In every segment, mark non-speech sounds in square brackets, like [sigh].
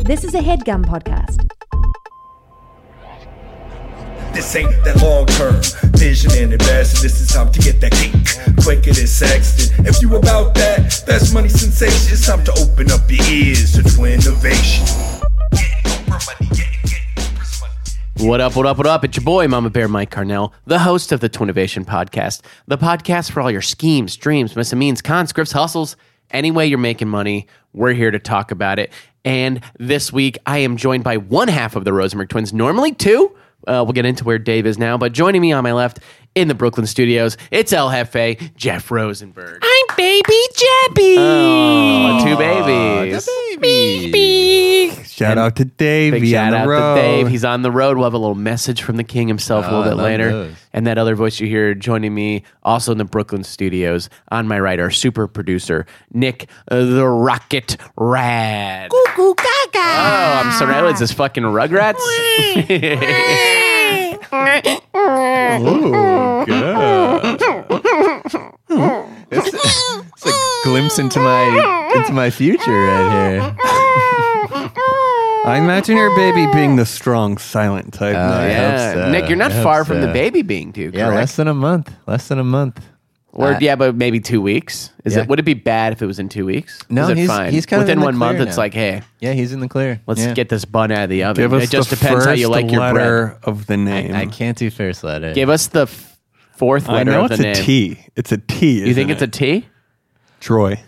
This is a headgum podcast. This ain't that long term vision and investing. This is time to get that cake quicker than Sexton. If you about that, that's money sensation. It's time to open up your ears to twin innovation. Getting over money, getting, getting over money. What up, what up, what up? It's your boy, Mama Bear Mike Carnell, the host of the Twinnovation Podcast, the podcast for all your schemes, dreams, misdemeans, conscripts, hustles, any way you're making money. We're here to talk about it. And this week, I am joined by one half of the Rosenberg twins, normally two. Uh, we'll get into where Dave is now, but joining me on my left in the Brooklyn studios, it's El Jefe, Jeff Rosenberg. I'm baby Jebby. Oh, two babies. Shout out to Dave. Big He shout on the out road. to Dave. He's on the road. We'll have a little message from the king himself a Oh, I little bit love later. those. And that other voice you hear joining me, also in the Brooklyn studios, on my right, our super producer, Nick uh, the Rocket Rad. Oh, Cuckoo gaga. I'm surrounded. Is this fucking Rugrats? Ooh, good. it's, it's a glimpse into my into my future right here. I imagine your baby being the strong, silent type. now. Oh, yeah. Nick, you're not I hope far from so. the baby being due, Yeah, correct? less than a month. Less than a month. or, uh, yeah, but maybe two weeks. Is yeah. it? Would it be bad if it was in two weeks? No, Is it he's- fine? he's kind of within in the one month. clear It's now. like, hey, Yeah, he's in the clear. let's Yeah. get this bun out of the oven. Give us it just the depends how you first like your bread. letter of the name. I can't do first letter. Give us the f- fourth I letter know of the it's a name. T. It's a T. You think it's a T? Troy?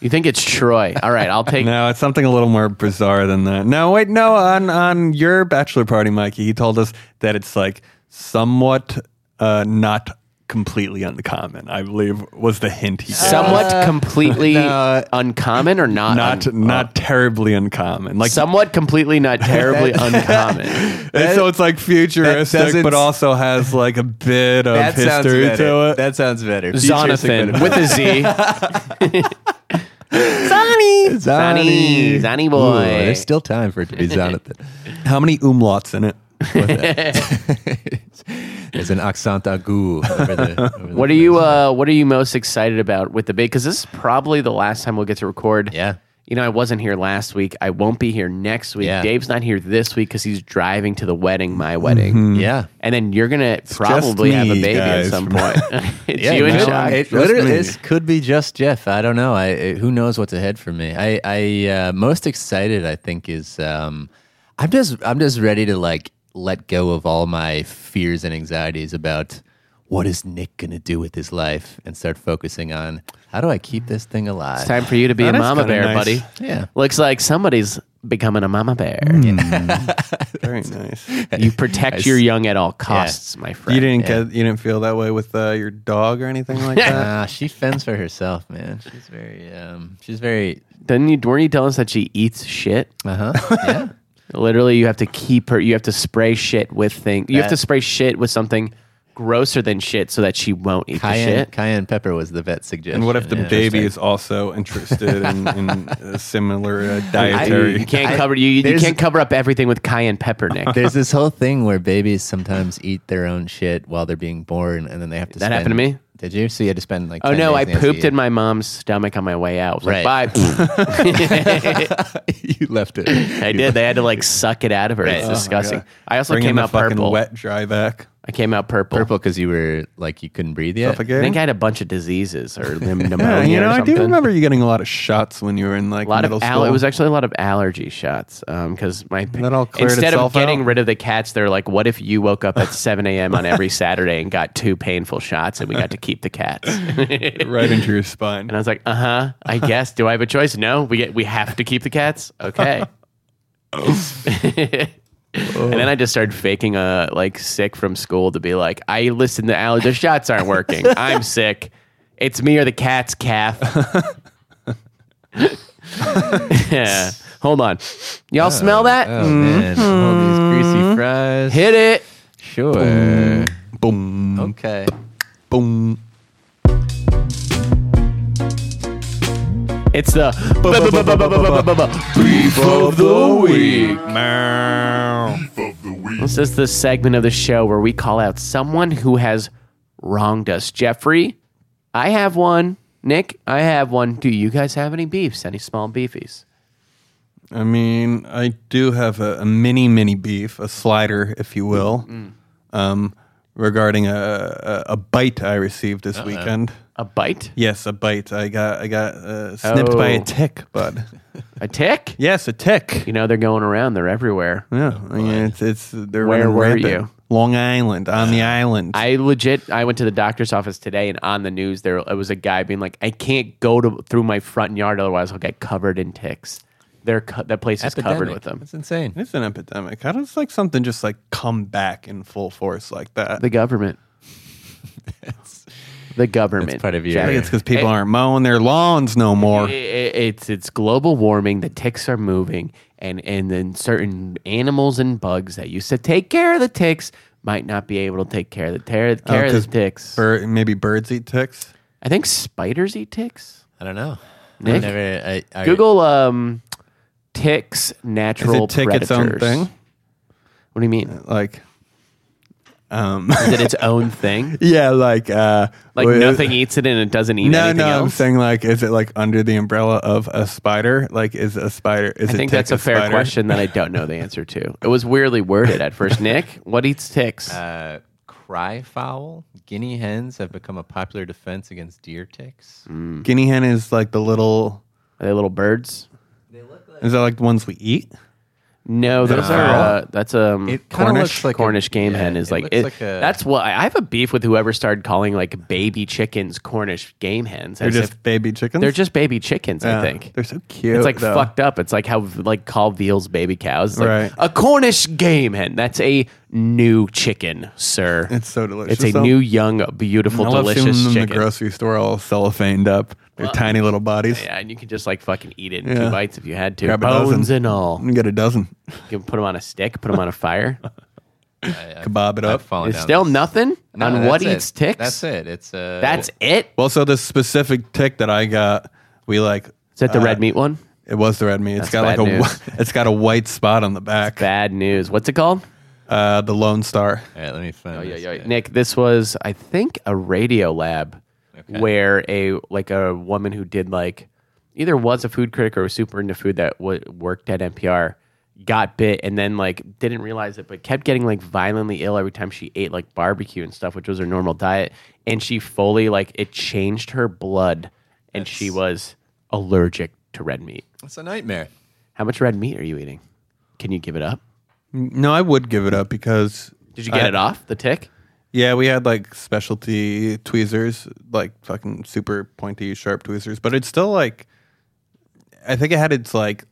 You think it's [laughs] Troy? All right, I'll take. No, it's something a little more bizarre than that. No, wait, no. On on your bachelor party, Mikey, he told us that it's like somewhat uh, not completely uncommon. I believe was the hint he gave. Somewhat completely no. uncommon or not? not un- not terribly uncommon. Like somewhat completely, [laughs] not terribly uncommon. and eh, so, it's like futuristic, doesn't- but also has like a bit of that sounds history better. to it. That sounds better. Jonathan with a [laughs] Z. Zonny, Zonny boy. Ooh, there's still time for it [laughs] to be Jonathan. How many umlauts in it? [laughs] there's an accent aigu. Over the, over the What are you? Uh, what are you most excited about with the big? Because this is probably the last time we'll get to record. Yeah. You know, I wasn't here last week. I won't be here next week. Yeah. Dave's not here this week because he's driving to the wedding, my wedding. Mm-hmm. Yeah. And then you're gonna probably have a me, baby guys. at [laughs] some point. [laughs] it's Yeah, you and no, Chuck. It Just literally me. this could be just Jeff. I don't know. I it- who knows what's ahead for me. I I uh, most excited I think is um I'm just I'm just ready to like let go of all my fears and anxieties about what is Nick gonna do with his life and start focusing on how do I keep this thing alive. It's time for you to be That a is mama kinda bear, nice. buddy. Yeah. Mm. Looks like somebody's becoming a mama bear. Very nice. You protect your young at all costs, my friend. You didn't get, you didn't feel that way with uh, your dog or anything [laughs] like that. Ah, she fends for herself, man. She's very um she's very Didn't you? Weren't you telling us that she eats shit? [laughs] uh huh. Yeah. Literally, you have to keep her. You have to spray shit with thing. You have to That- spray shit with something grosser than shit so that she won't eat the Cayenne, shit. cayenne pepper was the vet suggestion. And what if the yeah. baby is also interested in, [laughs] in a similar uh, I- dietary? you can't I- cover you. You there's- can't cover up everything with cayenne pepper, [laughs] Nick. There's this whole thing where babies sometimes eat their own shit while they're being born, and then they have to. That spend, happened to me. Did you? So you had to spend like. Oh 10 no! I days pooped in [laughs] in my mom's stomach on my way out. I was like, Right. bye. [laughs] you left it. I did. They had to like suck it out of her. It's Right. disgusting. Oh God. I also Bring in came the out fucking purple. Wet dry back. I came out purple. [laughs] Purple because you were like you couldn't breathe yet. I Suffocating? think I had a bunch of diseases [laughs] or lim- pneumonia. Yeah, Oh, you know, or I something. do remember you getting a lot of shots when you were in like a lot middle of school. al- it was actually a lot of allergy shots because my That all cleared instead of itself getting out? rid of the cats, they're like, "What if you woke up at 7 a.m. on every Saturday and got two painful shots, and we got to keep the cats?" [laughs] and right into [laughs] your spine. I was like, "Uh huh. I guess. Do I have a choice? No. We get, we have to keep the cats. Okay." And then I just started faking a like sick from school to be like, I listen to allergy the shots aren't working. I'm sick. It's me or the cat's calf. [laughs] yeah. Hold on. Y'all smell that? Mm, Oh man! All these greasy fries. Mm-hmm. Hit it. Sure. boom, Okay. boom. It's the beef of the week. This is the segment of the show where we call out someone who has wronged us. Jeffrey, I have one. Nick, I have one. Do you guys have any beefs? Any small beefies? I mean, I do have a, a mini, mini beef, a slider, if you will, Mm. um, regarding a, a, a bite I received this weekend. A bite? Yes, a bite. I got, I got uh, snipped by Oh. a tick, [laughs] bud. A tick? yes, a tick. You know, they're going around, they're [laughs] everywhere. Yeah, I mean, it's, it's they're Where running were rampant. you? Long Island, on the island. [sighs] I legit I went to the doctor's office today and on the news there it was a guy being like I can't go to through my front yard otherwise I'll get covered in ticks. They're co- that place is covered Epidemic. with them. That's insane. it's an epidemic. How does like something just like come back in full force like that? The [laughs] government. the government. That's part of your- I Jack. [laughs] think it's because people Hey. aren't mowing their lawns no more. I- I- it's it's global warming. The ticks are moving, and and then certain animals and bugs that used to take care of the ticks might not be able to take care of the care, care of Oh, 'cause the ticks. Bir- maybe birds eat ticks. I think spiders eat ticks. I don't know. I Nick? never, I, I, Google um, ticks Is natural it tick predators. its own thing? What do you [laughs] mean? Like, um, Is it its own thing? yeah, like, uh, Like wh- nothing eats it and it doesn't eat No, anything no, else. I'm saying like, is it like under the umbrella of a spider? Like, is a spider? Is I it think tick that's a fair spider? question that I don't know the answer to. It was weirdly worded at [laughs] first. Nick, what eats ticks? Uh, cry fowl. Guinea hens have become a popular defense against deer ticks. Mm. Guinea hen is like the little. Are they little birds? Is that like the ones we eat? No, those are uh, that's um It kinda Cornish looks like a- Cornish game yeah, hen is it like, looks it, like a- that's what I have a beef with whoever started calling like baby chickens Cornish game hens. They're as just if- baby chickens. they're just baby chickens, Yeah. I think. they're so cute. it's like though. fucked up. It's like how like call veals baby cows. It's like Right. a Cornish game hen. That's a new chicken, sir. It's so delicious, It's a though. new, young, beautiful, I love delicious seeing them in the chicken. grocery store all cellophaned up. Their tiny little bodies. yeah, and you can just like fucking eat it in Yeah. two bites if you had to, Grab a dozen. bones and all. You get a dozen. You can put them on a stick, put them on a fire. Kebab it up. I've fallen It's down still this- nothing No, on that's what it. eats ticks. That's it. It's uh, That's it. Well, so this specific tick that I got, we like. Is that the uh, red meat one? It was the red meat. That's It's got like bad a news. wh- [laughs] it's got a white spot on the back. Bad news. What's it called? Uh, the Lone Star. All right, let me find. this guy. Nick, this was I think a radio lab where a like a woman who did like either was a food critic or was super into food that w- worked at NPR got bit and then like didn't realize it but kept getting like violently ill every time she ate like barbecue and stuff which was her normal diet and she fully like it changed her blood and she was allergic to red meat. It's a nightmare. How much red meat are you eating? Can you give it up? No, I would give it up because Did you get it off the tick? yeah, we had like specialty tweezers, like fucking super pointy, sharp tweezers, but it's still like I think it had its like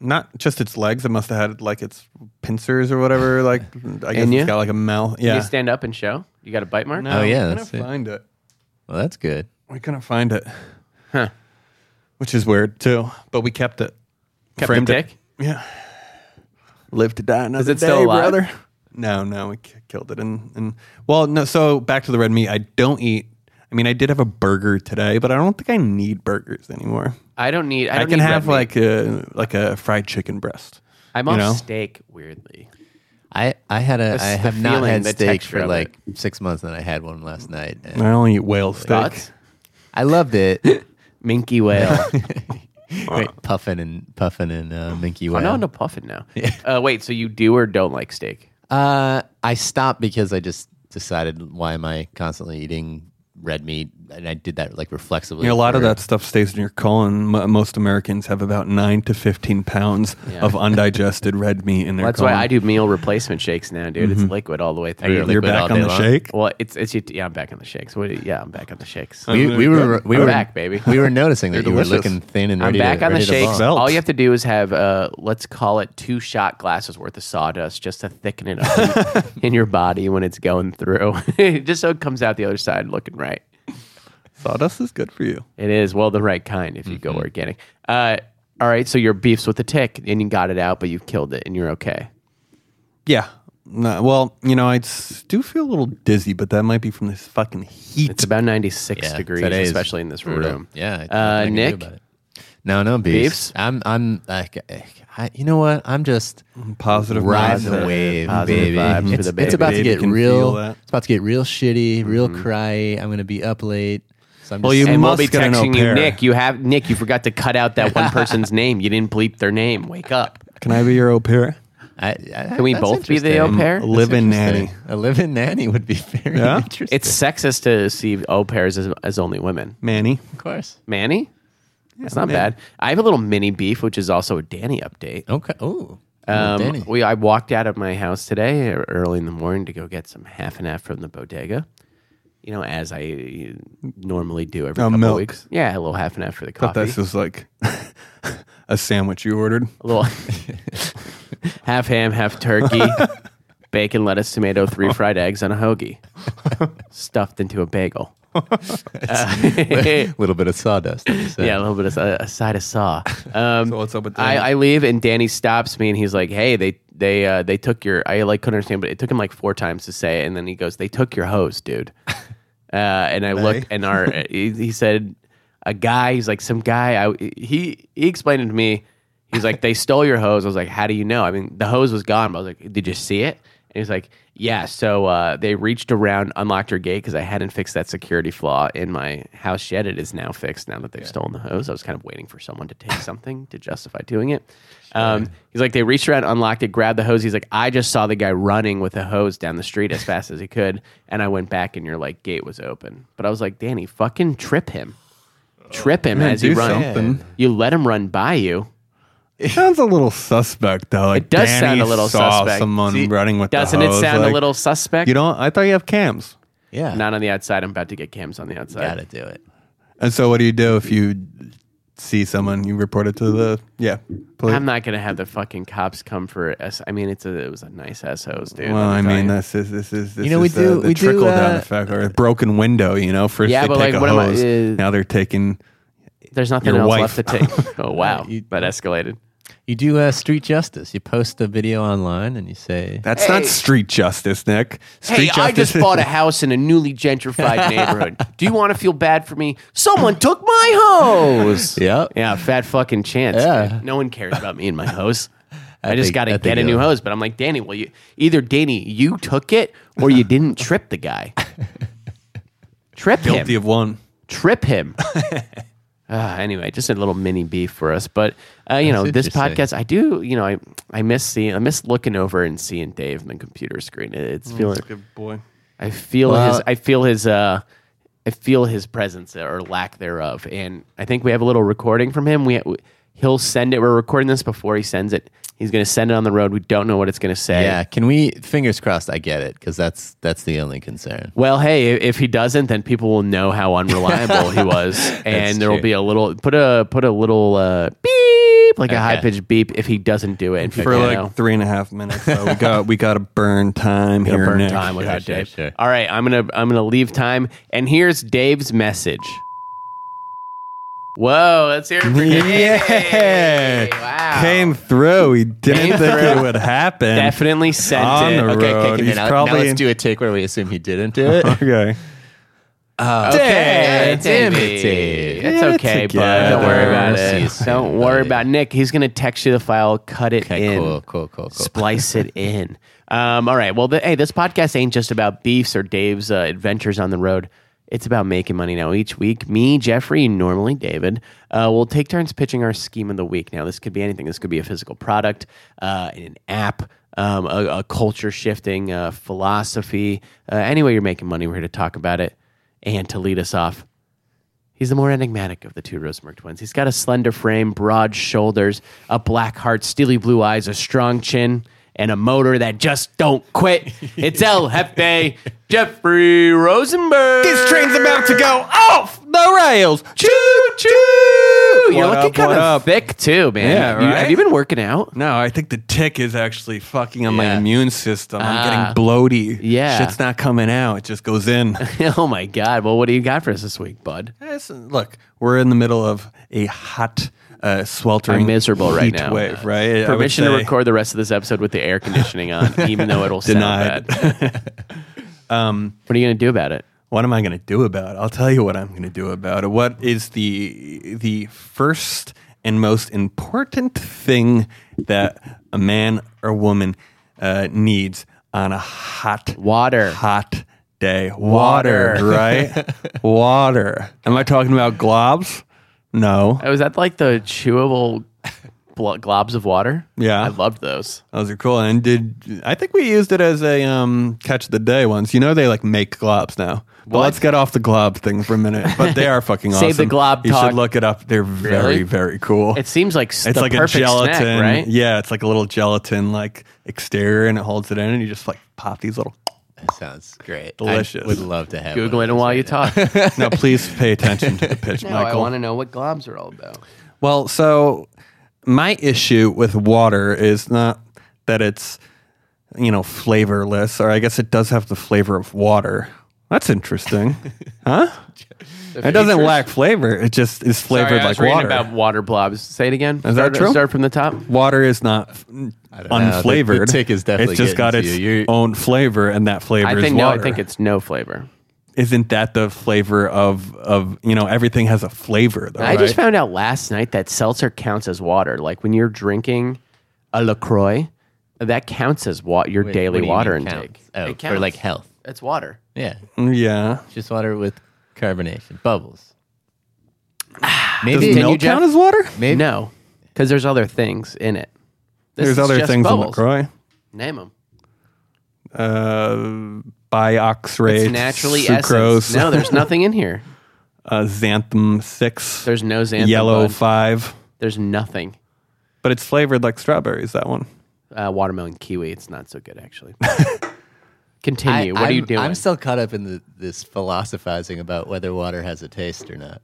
not just its legs. It must have had like its pincers or whatever. Like I guess In you? it's got like a mouth. Can Yeah. you stand up and show? You got a bite mark? No, Oh, yeah, we that's couldn't it. find it. Well, that's good. We couldn't find it, Huh. which is weird too. But we kept it. Kept Framed the it. tick? Yeah. Live to die another it still day, alive? brother. No, no, we k- killed it. And, and well, no. So back to the red meat. I don't eat. I mean, I did have a burger today, but I don't think I need burgers anymore. I don't need. I, I, don't can need red have meat. like a like a fried chicken breast. I'm you off know? steak. Weirdly, I, I had a I the have not feeling, had the steak texture for of like six months, and I had one last night. and I only eat whale steak. thoughts? I loved [laughs] it. Minky whale. Great puffin and puffin and uh, [laughs] minky I'm whale. not into puffin [laughs] now. Uh, wait, so you do or don't like steak? Uh, I stopped because I just decided why am I constantly eating red meat, and I did that like reflexively. You know, a lot of for- that stuff stays in your colon. M- most Americans have about nine to fifteen pounds of undigested red meat in their That's colon. why I do meal replacement shakes now, dude. It's liquid all the way through. Mm-hmm. You're liquid all back on day the long. shake. Well, it's it's yeah. I'm back on the shakes. What do you- yeah, I'm back on the shakes. We, we were we I'm were back, baby. We were [laughs] noticing that They're you were delicious. looking thin and I'm ready. back to, on the ready to shakes. ball. Belt. All you have to do is have uh, let's call it two shot glasses worth of sawdust just to thicken it up [laughs] in, in your body when it's going through, [laughs] just so it comes out the other side looking right. Sawdust is good for you. It is well the right kind if you Mm-hmm. go organic. Uh, all right, so your beef's with the tick, and you got it out, but you've killed it, and you're okay. Yeah. No, well, you know, I s- do feel a little dizzy, but that might be from this fucking heat. It's about 96 Yeah, degrees, today is especially in this brutal. room. Yeah. uh, nothing I Nick, can do about it. No, no beefs. Beefs? I'm I'm like, I, you know what? I'm just positive riding the mindset. wave, Positive baby. vibes for It's, the it's about to baby. get Baby can feel real. that. Mm-hmm. It's about to get real shitty, real cry. I'm gonna be up late. So I'm Well, just you saying- and we'll be must get an au texting you, pair. Nick. You have Nick. You forgot to cut out [laughs] that one person's name. You didn't bleep their name. Wake up. Can I be your au pair? I, I, Can we both be the au pair? A live-in nanny. A live-in nanny would be very Yeah? interesting. It's sexist to see au pairs as, as only women. Manny. of course. Manny, that's not bad. I have a little mini beef, which is also a Danny update. Okay. Oh, Um, we I walked out of my house today e- early in the morning to go get some half and half from the bodega. You know, as I uh, normally do every Oh, couple milk. weeks. Yeah, a little half and half for the Thought coffee. this was like [laughs] a sandwich you ordered. a little half ham, half turkey, bacon, lettuce, tomato, three fried eggs, and a hoagie stuffed into a bagel. Uh, a little bit of sawdust. like you said. Yeah, a little bit of a, a side of saw. Um, [laughs] So what's up with I, that? I leave and Danny stops me and he's like, "Hey, they they uh, they took your." I like couldn't understand, but it took him like four times to say, it, and then he goes, "They took your hose, dude." Uh, and I looked, and our he, he said, "A guy." He's like, "Some guy." I he he explained it to me. He's like, "They stole your hose." I was like, "How do you know?" I mean, the hose was gone. But I was like, "Did you see it?" And he's like, "Yeah." So uh, they reached around, unlocked her gate because I hadn't fixed that security flaw in my house yet. It is now fixed now that they've stolen the hose. I was kind of waiting for someone to take something to justify doing it. Um, he's like, they reached around, unlocked it, grabbed the hose. He's like, I just saw the guy running with a hose down the street as fast as he could, and I went back, and your like gate was open. But I was like, Danny, fucking trip him, trip him Man, as he do runs. something. You let him run by you. It sounds a little suspect though. Like It does Danny sound a little saw suspect. Someone See, running with the Doesn't it hose, sound like, a little suspect? You don't. I thought you have cams. Yeah. Not on the outside. I'm about to get cams on the outside. gotta do it. And so, what do you do if you see someone? You report it to the yeah. Police. I'm not gonna have the fucking cops come for us. I mean, it's a it was a nice ass hose, dude. Well, I let me tell mean, you. this is this is this You know, we is the, do- the we do, trickle down uh, effect or a broken window. You know, first Yeah, they but, like, take a what am I- hose, uh, now they're taking. there's nothing your else wife. left to [laughs] take. Oh wow, You- that escalated. You do uh, street justice. You post a video online and you say, That's not street justice, Nick. Street Hey, justice I just [laughs] bought a house in a newly [laughs] gentrified neighborhood. Do you want to feel bad for me? Someone took my hose. Yep. Yeah, fat fucking chance. Yeah. dude. No one cares about me and my hose. I, just think- got [laughs] I to think get a you'll- new hose. But I'm like, Danny, well, you either Danny, you took it or you didn't trip the guy. [laughs] trip him. guilty of one. trip [laughs] him. Ah, anyway, just a little mini beef for us, but uh, you know this That's interesting. podcast. I do, you know, I I miss seeing, I miss looking over and seeing Dave on the computer screen. It- Mm, It's feeling, boy. I feel Well- his, I feel his, uh, I feel his presence or lack thereof, and I think we have a little recording from him. We he'll send it. We're recording this before he sends it. He's going to send it on the road. We don't know what it's going to say. "Yeah, can we?" Fingers crossed. I get it because that's that's the only concern. Well, hey, i- if he doesn't, then people will know how unreliable [laughs] he was, and there will true. be a little put a put a little uh, beep, like a Okay. high pitched beep, if he doesn't do it. And For like three and a half minutes, so we got we got to burn time here. burn Nick. time without sure, Dave. sure. All right, I'm gonna I'm gonna leave time, and here's Dave's message. Whoa, let's hear it for Dave. [laughs] Yeah, Wow. came through. He didn't think it would happen. Definitely sent On it. the okay, road. Okay, okay, He's now, probably now let's in- do a take where we assume he didn't do it. [laughs] Okay. Okay, Okay, damn Timmy. it. It's It's okay, bud. okay. Don't worry about See you it. soon, Don't worry buddy. about it. Nick. He's gonna text you the file. Cut it [laughs] Okay, in. cool, cool, cool, cool. Splice it in. Um, all right. Well, the, hey, this podcast ain't just about beefs or Dave's uh, adventures on the road. It's about making money now. Each week, me, Jeffrey, and normally David, uh, will take turns pitching our scheme of the week. Now, this could be anything. This could be a physical product, uh, an app, um, a, a culture shifting uh, philosophy. Uh, any way you're making money, we're here to talk about it. And to lead us off, He's the more enigmatic of the two Rosenberg twins. He's got a slender frame, broad shoulders, a black heart, steely blue eyes, a strong chin, and a motor that just don't [laughs] quit. It's El Jefe Jeffrey Rosenberg. This train's about to go off the rails. Choo choo. You're looking kind of thick too, man. Yeah, You- right? have you been working out? [laughs] No, I think the tick is actually fucking on my Yeah. immune system. Ah. I'm getting bloaty. Yeah. Shit's not coming out. It just goes [laughs] in. oh my God. Well, what do you got for us this week, bud? Listen, Look, we're in the middle of a hot, uh, sweltering, I'm miserable right heat now. wave, right? I would Permission to say record the rest of this episode with the air conditioning on, even though it'll sound Denied. Um, bad. [laughs] [laughs] What are you going to do about it? what am I going to do about it? I'll tell you what I'm going to do about it. What is the the first and most important thing that a man or woman uh, needs on a hot, Water. hot day. Water, Water. right? Water. Am I talking about globs? No. Oh, was that like the chewable blo- globs of water? Yeah. I loved those. Those are cool. And did I think we used it as a um, catch of the day once? You know they like make globs now. But let's get off the glob thing for a minute. But they are fucking awesome. [laughs] Save the glob You talk. should look it up. They're Really? very very cool. It seems like it's like a perfect gelatin. snack, right? Yeah, it's like a little gelatin like exterior, and it holds it in, and you just like pop these little. That sounds great. Delicious. I would love to have Google one it of those while you right [laughs] now. talk. now please pay attention to the [laughs] pitch, Michael. to know what globs are all about. Well, so my issue with water is not that it's, you know, flavorless, or I guess it does have the flavor of water. That's [laughs] interesting. it doesn't lack flavor. It just is flavored Sorry, I was like reading water. about water blobs. Say it again. that start, true? Start from the top. water is not f- don't know. The- the unflavored. tick is definitely It's just getting got to its you. You're- own flavor, and that flavor I is think no. water. I think it's no flavor. isn't that the flavor of of you know everything has a flavor though. I just right? found out last night that seltzer counts as water. Like when you're drinking a Lacroix, that counts as wa- your daily What do you water mean intake. counts? Oh, for like health. It's water. Yeah, yeah. just water with carbonation, bubbles. Does Maybe milk count as water? Maybe No, because there's other things in it. This is There's other just things in bubbles. LaCroix. Name them. uh, bioxrate, It's naturally sucrose, essence. No, [laughs] there's nothing in here. uh, xanthan six, There's no xanthan. yellow bud. five, there's nothing. but it's flavored like strawberries. That one. Uh, watermelon kiwi. It's not so good [laughs] actually. Continue. what I'm, are you doing? I'm still caught up in the, this philosophizing about whether water has a taste or not.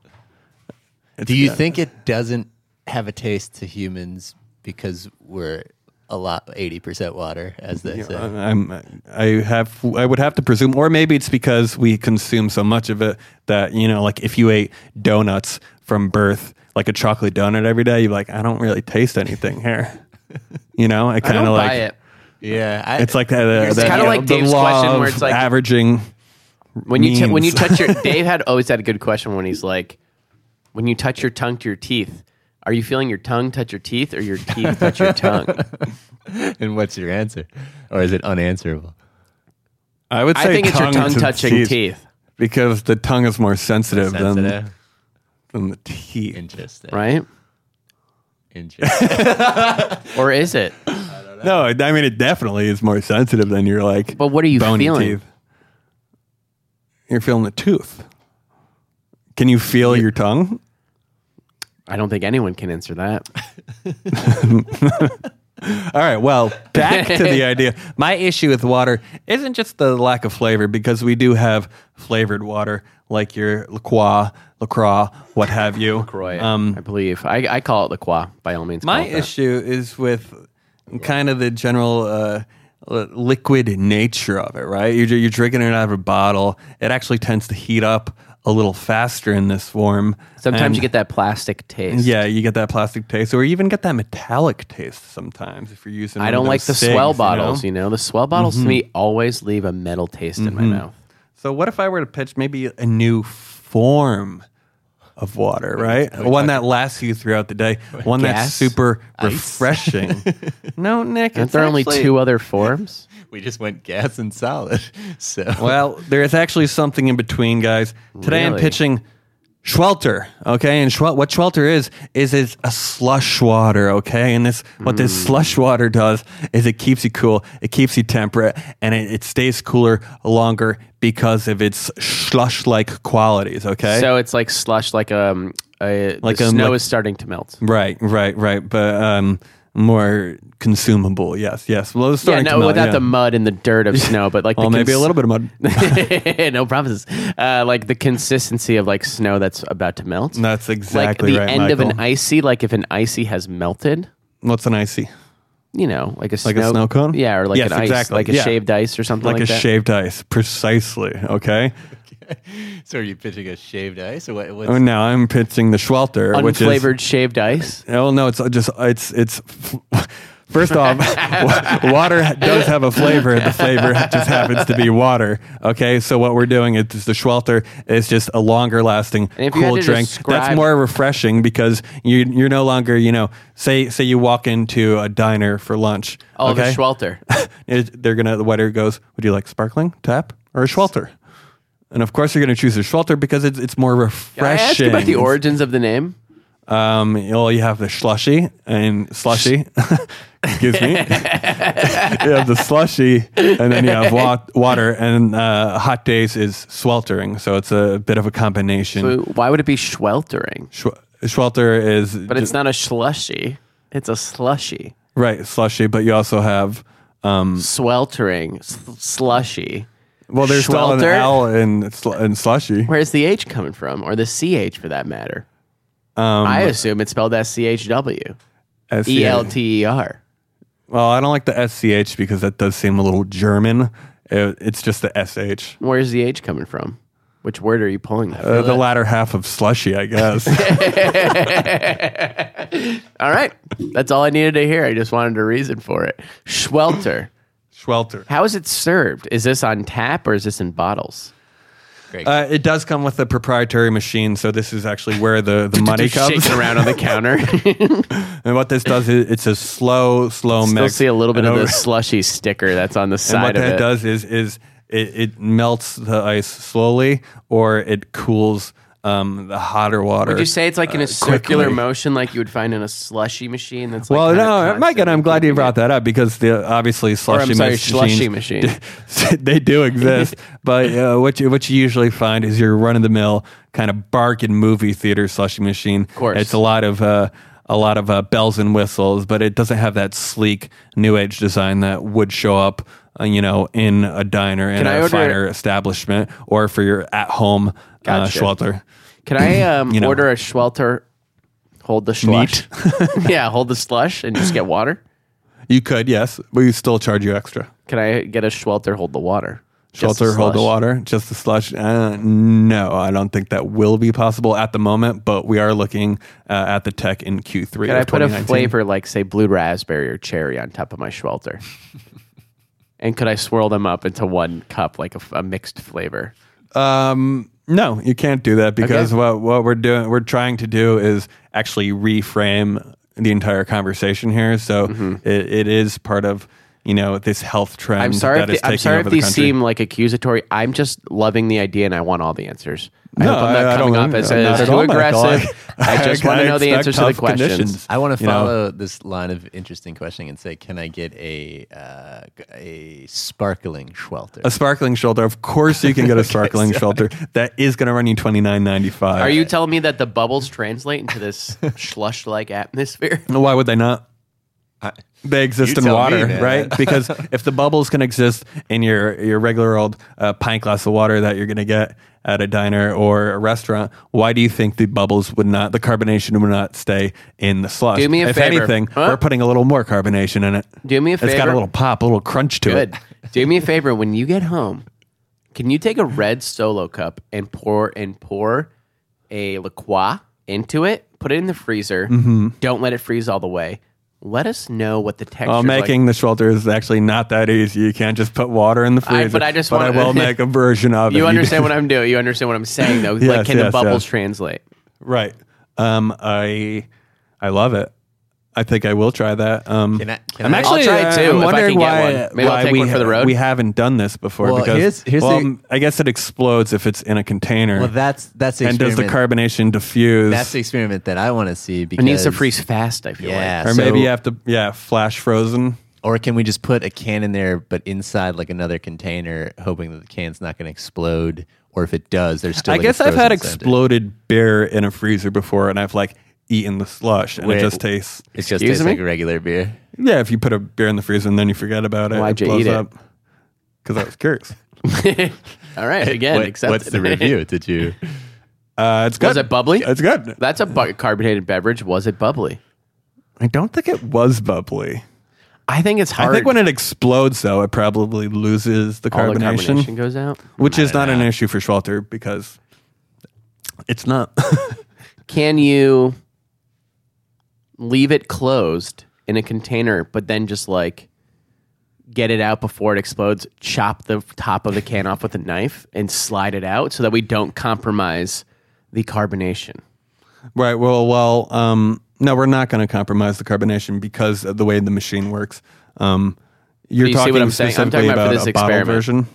Do you think it doesn't have a taste to humans because we're a lot eighty percent water, as they say? I'm, I have. I would have to presume, or maybe it's because we consume so much of it that you know, like if you ate donuts from birth, like a chocolate donut every day, you're like, I don't really taste anything here. [laughs] You know, I I kind don't of buy like it. yeah, I, it's like the, the, It's the- kinda like the Dave's law question where of it's like- averaging. When you t- when you means. touch [laughs] your Dave had always had a good question when he's like, when you touch your tongue to your teeth, are you feeling your tongue touch your teeth or your teeth touch your [laughs] tongue? [laughs] and what's your answer, or is it unanswerable? I would say I think it's your tongue to touching teeth. because the tongue is more sensitive, Sensitive. Than, than the teeth. Interesting. right? Interesting. [laughs] Or is it? No, I mean it definitely is more sensitive than your like But what are you bony feeling? teeth. You're feeling the tooth. Can you feel your tongue? I don't think anyone can answer that. All right. Well, back to [laughs] the idea. My issue with water isn't just the lack of flavor because we do have flavored water like your LaCroix, LaCroix, what have you. Um, Roy, I believe I, I call it the qua. By all means, My call it that. issue is with kind of the general uh, li- liquid nature of it, right? You're, you're drinking it out of a bottle. It actually tends to heat up a little faster in this form. Sometimes And- you get that plastic taste. Yeah, you get that plastic taste, or you even get that metallic taste sometimes if you're using. I one don't of like the those swell cigs, you bottles. You know, know? Mm-hmm. the swell bottles to me always leave a metal taste in my mouth. So, what if I were to pitch maybe a new form of water, right? One that lasts you throughout the [laughs] day, one that's Gas? super [laughs] refreshing. no, Nick, Aren't it's there only actually- two other forms? we just went gas and solid. [laughs] So Well, there is actually something in between, guys. Today I'm Really? pitching Schwelter, okay? And Schwel- what Schwelter is, is it's a slush water, okay? And this what Hmm. this slush water does is it keeps you cool, it keeps you temperate, and it, it stays cooler longer because of its slush-like qualities, okay? So it's like slush, like um, a, like Like the a- snow like- is starting to melt. right, right, right. But um, more consumable, yes, yes. Well, it's Yeah, starting no, to melt, without yeah. the mud and the dirt [laughs] of snow, but like Well, the maybe a cons- little bit of [laughs] mud. no promises. Uh, like the consistency of like snow that's about to melt. That's exactly like the right, end of an Michael. icy. Like if an icy has melted, What's an icy? you know, like a Like a snow cone? Yeah, or like Yes, an ice, exactly, like a yeah. shaved ice or something like, Like, a that. shaved ice, precisely. Okay. so are you pitching a shaved ice? Or what, what's, Oh, no, I'm pitching the Schwelter, which is Unflavored shaved [laughs] ice. Oh no, it's just it's it's. [laughs] First off, [laughs] wa- water does have a flavor. The flavor just happens to be water. Okay, so what we're doing is just the Schwelter is just a longer lasting And if you cool had to drink describe- that's more refreshing because you you're no longer you know say say you walk into a diner for lunch. Oh, okay? [laughs] the Schwelter. It- they're gonna the waiter goes, would you like sparkling tap or a Schwelter? And of course, you're going to choose a Schwalter because it's, it's more Can I refreshing. ask about the origins of the name? Um, well, you have the slushy and slushy. [laughs] [laughs] Excuse me. you have the slushy, and then you have wa- water. And uh, hot days is sweltering, so it's a bit of a combination. But Why would it be sweltering? Schw- Schwelter is, But it's not a slushy. It's a slushy. right slushy, but you also have um, Sweltering. S- slushy. well, there's still an Schwelter? L in sl- in slushy. Where's the H coming from? Or the CH for that matter? Um, I assume it's spelled S C H W. E L SCH. T E R. Well, I don't like the sch because that does seem a little German. It- it's just the sh. Where's the H coming from? Which word are you pulling that from? Uh, the latter half of slushy, [laughs] I guess. all right. That's all I needed to hear. I just wanted a reason for it. Schwelter. Schwelter. How is it served? Is this on tap or is this in bottles? Uh, it does come with a proprietary machine, so this is actually where the, [laughs] the money Just comes. shaking around on the [laughs] counter. [laughs] And what this does is it's a slow, slow Still mix. see a little bit And of the over- slushy sticker that's on the And what side of that it. does is is it, it melts the ice slowly, or it cools um, the hotter water. Would you say it's like in a circular uh, quickly. motion, like you would find in a slushy machine? That's like Well, kinda no, Mike, and constantly I'm glad you cooking brought that up because the obviously slushy sorry, machines- slushy machine. [laughs] they do exist, but uh, what you what you usually find is your run of the mill kind of bark and movie theater slushy machine. Of course. it's a lot of. Uh, a lot of uh, bells and whistles, but it doesn't have that sleek new age design that would show up, uh, you know, in a diner in Can I a order- finer establishment or for your at home Gotcha. uh, Schwalter. Can I um, You know. order a Schwelter? Hold the slush. [laughs] yeah, hold the slush and just get water. You could, yes, but we still charge you extra. Can I get a Schwelter? Hold the water. Just shelter, hold the slush. water, just the slush. Uh, no, I don't think that will be possible at the moment, but we are looking uh, at the tech in Q3. Can of I put a 2019. flavor like say blue raspberry or cherry on top of my Schwelter? and could I swirl them up into one cup like a, f- a mixed flavor? Um, no, you can't do that because Okay. what what we're doing, we're trying to do is actually reframe the entire conversation here. So it, it is part of you know this health trend. Mm-hmm. I'm sorry. If that is the, I'm taking sorry over if the these country. seem like accusatory. I'm just loving the idea, and I want all the answers. I No, hope I'm not I- I coming don't- up as, not as at too all, Michael. aggressive. [laughs] I just want to kinda know the expect answers to the tough questions. conditions, I want to you know? follow this line of interesting questioning and say, can I get a uh, g- a sparkling Schwelter? A sparkling shelter. Of course, you can get a sparkling shelter. That is going to run you twenty nine ninety five. Are you telling me that the bubbles translate into [laughs] this slush-like atmosphere? No, Why would they not? They exist in tell water, me, man. right? Because [laughs] if the bubbles can exist in your your regular old uh, pint glass of water that you're going to get at a diner or a restaurant, why do you think the bubbles would not, the carbonation would not stay in the slush? Do me a if favor. anything, Huh? we're putting a little more carbonation in it. Do me a It's got favor. a little pop, a little crunch to Good. it. Do me a favor when you get home. Can you take a red solo cup and pour and pour a LaCroix into it? Put it in the freezer. Don't let it freeze all the way. Let us know what the texture. Well, is like. Oh, making the shelter is actually not that easy. You can't just put water in the I- freezer. but I just but I wanna- [laughs] will make a version of it. You understand do- what I'm doing. You understand what I'm saying, though. like, Yes, can the yes, bubbles yes. translate? [laughs] Right. Um, I I love it. I think I will try that. Um, Can I- can I'm I- actually I'll try uh, it, too, I'm if I wondering can get why, one. Maybe I'll why take we, one for the road. we haven't done this before. Well, because here's- here's well, the- um, I guess it explodes if it's in a container. well, that's that's the and does the experiment- carbonation diffuse? That's the experiment that I want to see. Because It needs to freeze fast. I feel Yeah, like. or maybe so- you have to yeah flash frozen. Or can we just put a can in there, but inside like another container, hoping that the can's not going to explode? Or if it does, there's still. I like, a guess I've frozen had center. exploded beer in a freezer before, and I've like eaten the slush, and Wait. it just tastes. It just Excuse tastes me? like regular [laughs] beer. Yeah, if you put a beer in the freezer and then you forget about it, Why'd it you blows eat it? up. Because I was curious. [laughs] [laughs] All right. Again, What- accepted. what's the review? Did you? Uh, it's good. Was it bubbly? It's good. [laughs] That's a bu- carbonated beverage. Was it bubbly? I don't think it was bubbly. I think it's hard. I think when it explodes, though, it probably loses the all the carbonation, carbonation goes out. which is not an issue for Schwalter because it's not. [laughs] can you leave it closed in a container but then just like get it out before it explodes chop the top of the can off with a knife and slide it out so that we don't compromise the carbonation right. Well, well, um, no, we're not going to compromise the carbonation because of the way the machine works. Um, you're you see talking what I'm saying? I'm specifically talking about for about, this a bottle experiment. version.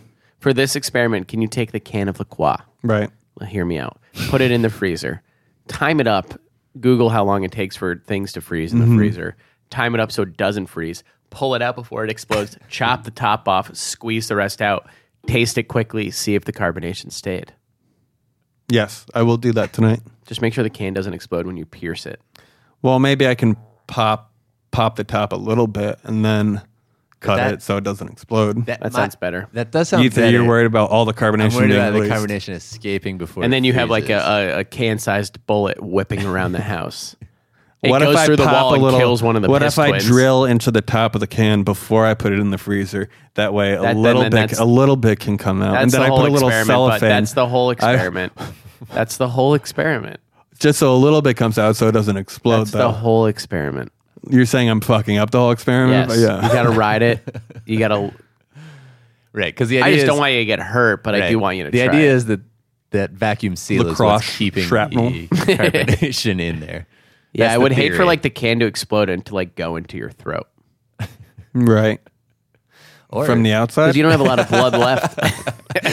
for this experiment, can you take the can of La Croix? Right. Well, Uh, hear me out. Put it in the freezer. Time it up. Google how long it takes for things to freeze in the Mm-hmm. freezer. Time it up so it doesn't freeze. Pull it out before it [laughs] explodes. Chop the top off. Squeeze the rest out. Taste it quickly. See if the carbonation stayed. Yes, I will do that tonight. Just make sure the can doesn't explode when you pierce it. Well, maybe I can pop pop the top a little bit and then cut that- it so it doesn't explode. That sounds better. That does sound you better. think you're worried about all the carbonation I'm worried being about the released. carbonation escaping before. and it then you have like a, freezes. a, a can-sized bullet whipping around the house. It [laughs] what goes if I through the pop wall a and little, kills one of the What piss if I twins. drill into the top of the can before I put it in the freezer? That way, a That- then- little then bit, that's- a little bit can come out, That's and then the I whole put a little experiment. but cellophane. that's the whole I- [laughs] experiment. that's the whole experiment. just so a little bit comes out, so it doesn't explode. That's though the whole experiment. you're saying I'm fucking up the whole Yes. experiment. But You Mm, Yeah, got to ride it. You got to. right because the idea I just is, don't want you to get hurt, but I do right. want you to. The try idea it. is that that vacuum seal is Lacrosse what's keeping shrapnel. the carbonation in there. yeah, That's I the would hate for theory. like the can to explode and to like go into your [laughs] throat [laughs] right. Or- From the outside, because you don't have a lot of blood [laughs] left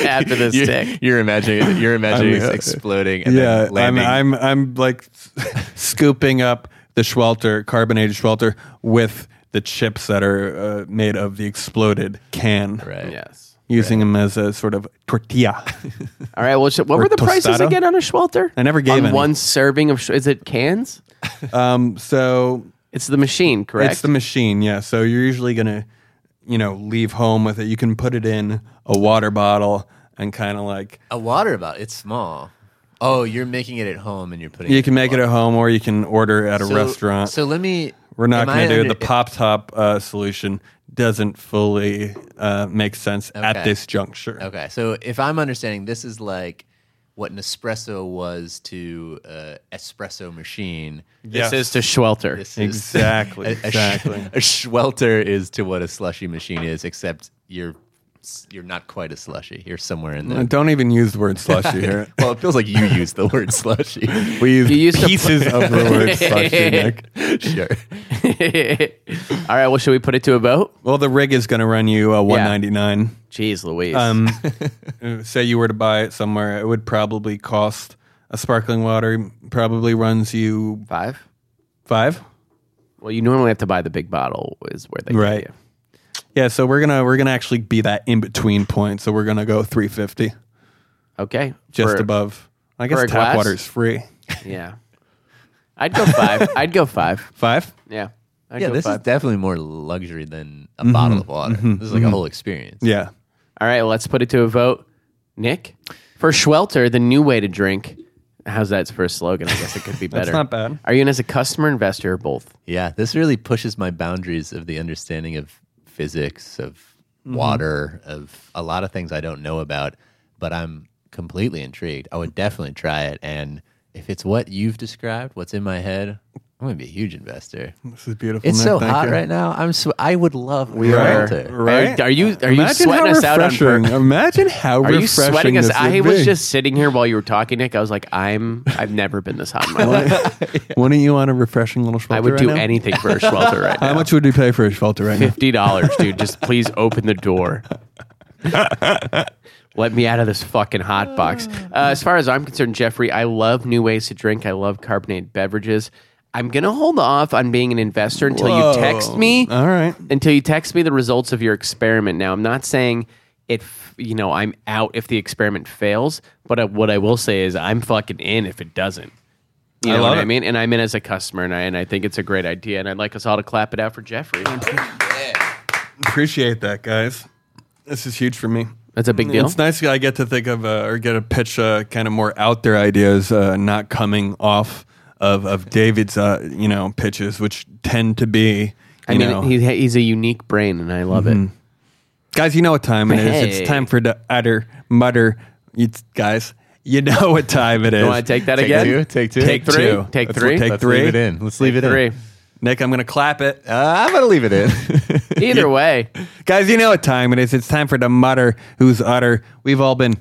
after this you're, stick. [laughs] you're imagining you're imagining I'm, uh, it's exploding and yeah, then I'm, landing. I'm I'm like [laughs] scooping up the Schwelter carbonated Schwelter with the chips that are uh, made of the exploded can, right. Yes. using them as a sort of [laughs] tortilla. All right. Well, sh- what Or were the prices tostada? again on a Schwelter? I never gave on any. one serving of. Sch- is it cans? um, so It's the machine, correct? it's the machine, yeah. So you're usually gonna, you know, leave home with it. You can put it in a water bottle and kind of like A water bottle. It's small. Oh, you're making it at home and you're putting. you it can in make it water. at home or you can order at a So- restaurant. So let me. We're not am I going to do under- the pop top uh, solution. Doesn't fully uh, make sense at Okay. this juncture. Okay, so if I'm understanding, this is like what Nespresso was to uh, espresso machine. This is to Schwelter. This [laughs] Exactly, Is, a, a, exactly. A Schwelter is to what a slushy machine is, except you're you're not quite a slushy. You're somewhere in [laughs] Uh, [laughs] there. Don't even use the word [laughs] slushy here. Well, it feels like you use the word slushy. [laughs] We use You used to- pieces of the [laughs] word slushy, Nick. sure. [laughs] All right. Well, should we put it to a vote? Well, the rig is going to run you uh, one ninety nine. Jeez, Louise. [laughs] Um, uh, say you were to buy it somewhere, it would probably cost a sparkling water. Probably runs you Five. five, Well, you normally have to buy the big bottle. Is where they give right? you. Yeah, so we're gonna we're gonna actually be that in between point. So we're gonna go three fifty, Okay. just For- above. I guess for a tap glass? water is free. Yeah. I'd go [laughs] five. I'd go five. Five. Yeah. I'd Yeah, go this five. is definitely more luxury than a bottle of water. This is like a whole experience. Mm-hmm. Yeah. All right, let's put it to a vote. Nick, for Schwelter, the new way to drink. How's that for a slogan? I guess it [laughs] could be better. That's not bad. Are you in as a customer, investor, or both? Yeah, this really pushes my boundaries of the understanding of physics, of Mm-hmm. water, of a lot of things I don't know about, but I'm completely intrigued. I would definitely try it. And if it's what you've described, what's in my head, I'm going to be a huge investor. This is beautiful. It's Nick. so Thank hot you. right now. I'm so, I would love we Right. Are, are you are you Imagine sweating how us out on refreshing. purpose? Imagine how Are you refreshing sweating us? this I would was be. just sitting here while you were talking, Nick. I was like, I'm I've never been this hot in my [laughs] life. Wouldn't you want a refreshing little Schwelter? I would do right now? anything for a Schwelter [laughs] right How now. much would you pay for a Schwelter right now? Fifty dollars, dude. Just please open the door. Let me out of this fucking hot box. Uh, as far as I'm concerned, Jeffrey, I love new ways to drink. I love carbonated beverages. I'm gonna hold off on being an investor until Whoa. you text me. All right. Until you text me the results of your experiment. Now, I'm not saying it. f- You know, I'm out if the experiment fails. But uh, what I will say is, I'm fucking in if it doesn't. You I know love what I it. mean? And I'm in as a customer, and I and I think it's a great idea. And I'd like us all to clap it out for Jeffrey. Appreciate that, guys. This is huge for me. That's a big deal. Mm, It's nice I get to think of uh, or get to pitch uh, kind of more out there ideas, uh, not coming off of of David's uh, you know pitches, which tend to be. I you mean, know- he, he's a unique brain, and I love Mm-hmm. it. Guys, you know what time it is. Hey. It's time for the utter mutter. It's, guys, you know what time it is. You want to take that Take again? two, take two. Take Take three. two. Take That's three. what- take Let's leave three. it in. Let's leave it three. in. Nick, I'm going to clap it. Uh, I'm going to leave it in. [laughs] Either way, Guys, you know what time it is. It's time for the mutter who's utter. We've all been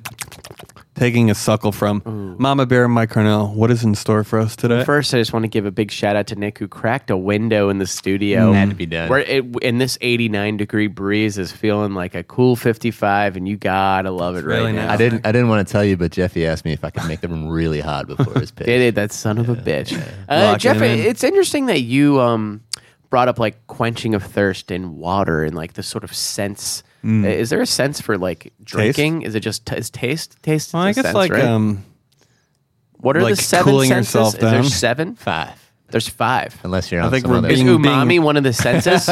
taking a suckle from. Mama Bear and Mike Carnell, what is in store for us today? First, I just want to give a big shout out to Nick who cracked a window in the Mm. studio. Had to be done. Where it, and this 89 degree breeze is feeling like a cool 55, and you gotta love it really right now. nice. I didn't. I didn't want to tell you, but Jeffy asked me if I could make the room really hot before his pitch. Did it? That son of a bitch. Uh, Locking Jeff, him in. it's interesting that you um, brought up like quenching of thirst in water and like the sort of sense. Mm. Is there a sense for like drinking? Is it just t- is taste? Taste. is well, I a guess sense, like right? um, what are like the seven cooling senses? yourself is there down. seven? Five, There's five. unless you're I on think some we're other- Is [laughs] being- umami one of the [laughs] senses?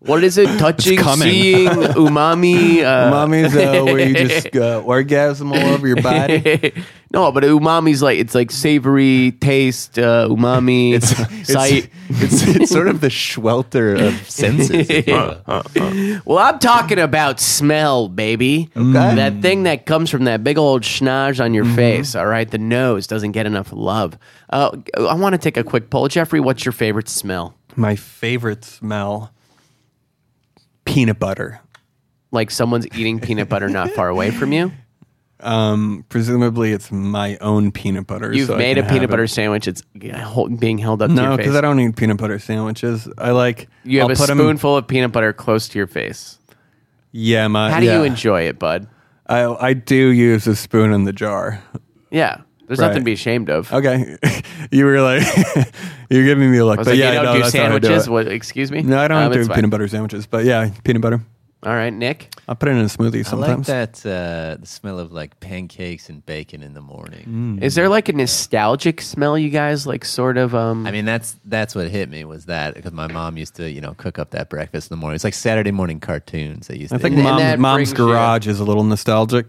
what is it? Touching, coming. seeing, umami. Uh, mommy's [laughs] uh, where you just uh, orgasm all over your body. no, but umami's like it's like savory taste, uh, [laughs] umami, It's, sight. it's, it's, it's sort of the schwelter of senses. if you will. Well, I'm talking about smell, baby. Okay. That thing that comes from that big old schnoz on Mm-hmm. your face, all right? The nose doesn't get enough love. Uh, I want to take a quick poll. Jeffrey, what's your favorite smell? My favorite smell: peanut butter. Like someone's eating [laughs] peanut butter not far away from you? Presumably, it's my own peanut butter. You've so I made a can peanut have butter it. sandwich. It's g- hold- being held up to No, your face. because I don't eat peanut butter sandwiches. I like you have I'll a put 'em- spoonful of peanut butter close to your face. Yeah, my, How do you Uh, yeah. enjoy it, bud? I I do use a spoon in the jar. Yeah. There's Right. nothing to be ashamed of. Okay, [laughs] you were like, [laughs] you're giving me a look, I was but like, yeah, you don't no, do that's how I do sandwiches? it. what, excuse me? No, I don't Um, do it's fine. peanut butter sandwiches, but yeah, peanut butter. All right, Nick. I'll put it in a smoothie I like sometimes. that uh, the smell of like pancakes and bacon in the morning. Is there like a nostalgic smell you guys like sort of um I mean, that's that's what hit me was that because my mom used to, you know, cook up that breakfast in the morning. It's like Saturday morning cartoons. They used I to. think And mom's, that mom's brings you- garage is a little nostalgic.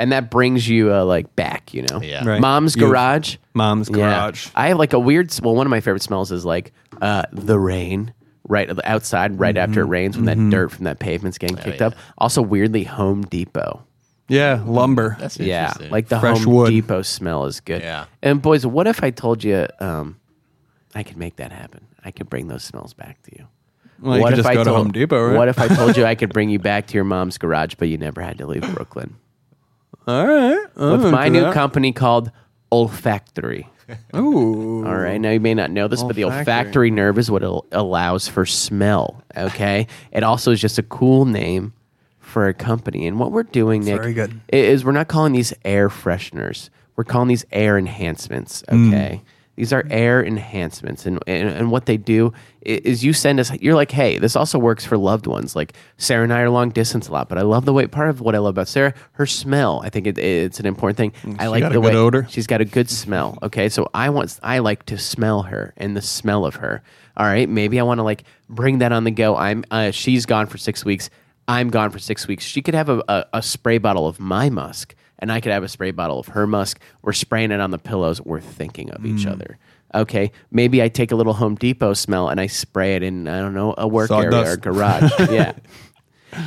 and that brings you uh, like back, you know. Yeah. Right. Mom's You- garage. Mom's Yeah. garage. I have like a weird s- well one of my favorite smells is like uh the rain. Right outside, Mm-hmm. right after it rains, when that dirt from that pavement's Oh, getting kicked up. Also, weirdly, Home Depot. Yeah, lumber. that's Yeah, interesting. like the Fresh Home wood. Depot smell is good. Yeah. And boys, what if I told you um, I could make that happen? I could bring those smells back to you. Well, you could just go to Home Depot, right? What if I told you I could bring [laughs] you back to your mom's garage, but you never had to leave Brooklyn? All right. I'm With my into new that. company called Olfactory. Ooh. All right. Now you may not know this, but the Olfactory. olfactory nerve is what al- allows for smell. Okay. [laughs] it also is just a cool name for a company. And what we're doing, Nick, very good. i- is we're not calling these air fresheners. We're calling these air enhancements. Mm. Okay. These are air enhancements, and, and and what they do i- is you send us. You're like, hey, this also works for loved ones. Like Sarah and I are long distance a lot, but I love the way. Part of what I love about Sarah, her smell. I think it, it's an important thing. I like Mm, got a the good way odor. She's got a good smell. Okay, so I want I like to smell her and the smell of her. All right, maybe I want to like bring that on the go. I'm uh, she's gone for six weeks. I'm gone for six weeks. She could have a, a, a spray bottle of my musk, and I could have a spray bottle of her musk. We're spraying it on the pillows. We're thinking of Mm. each other. Okay, maybe I take a little Home Depot smell and I spray it in I don't know a work area or Sawdust. [laughs] garage. yeah.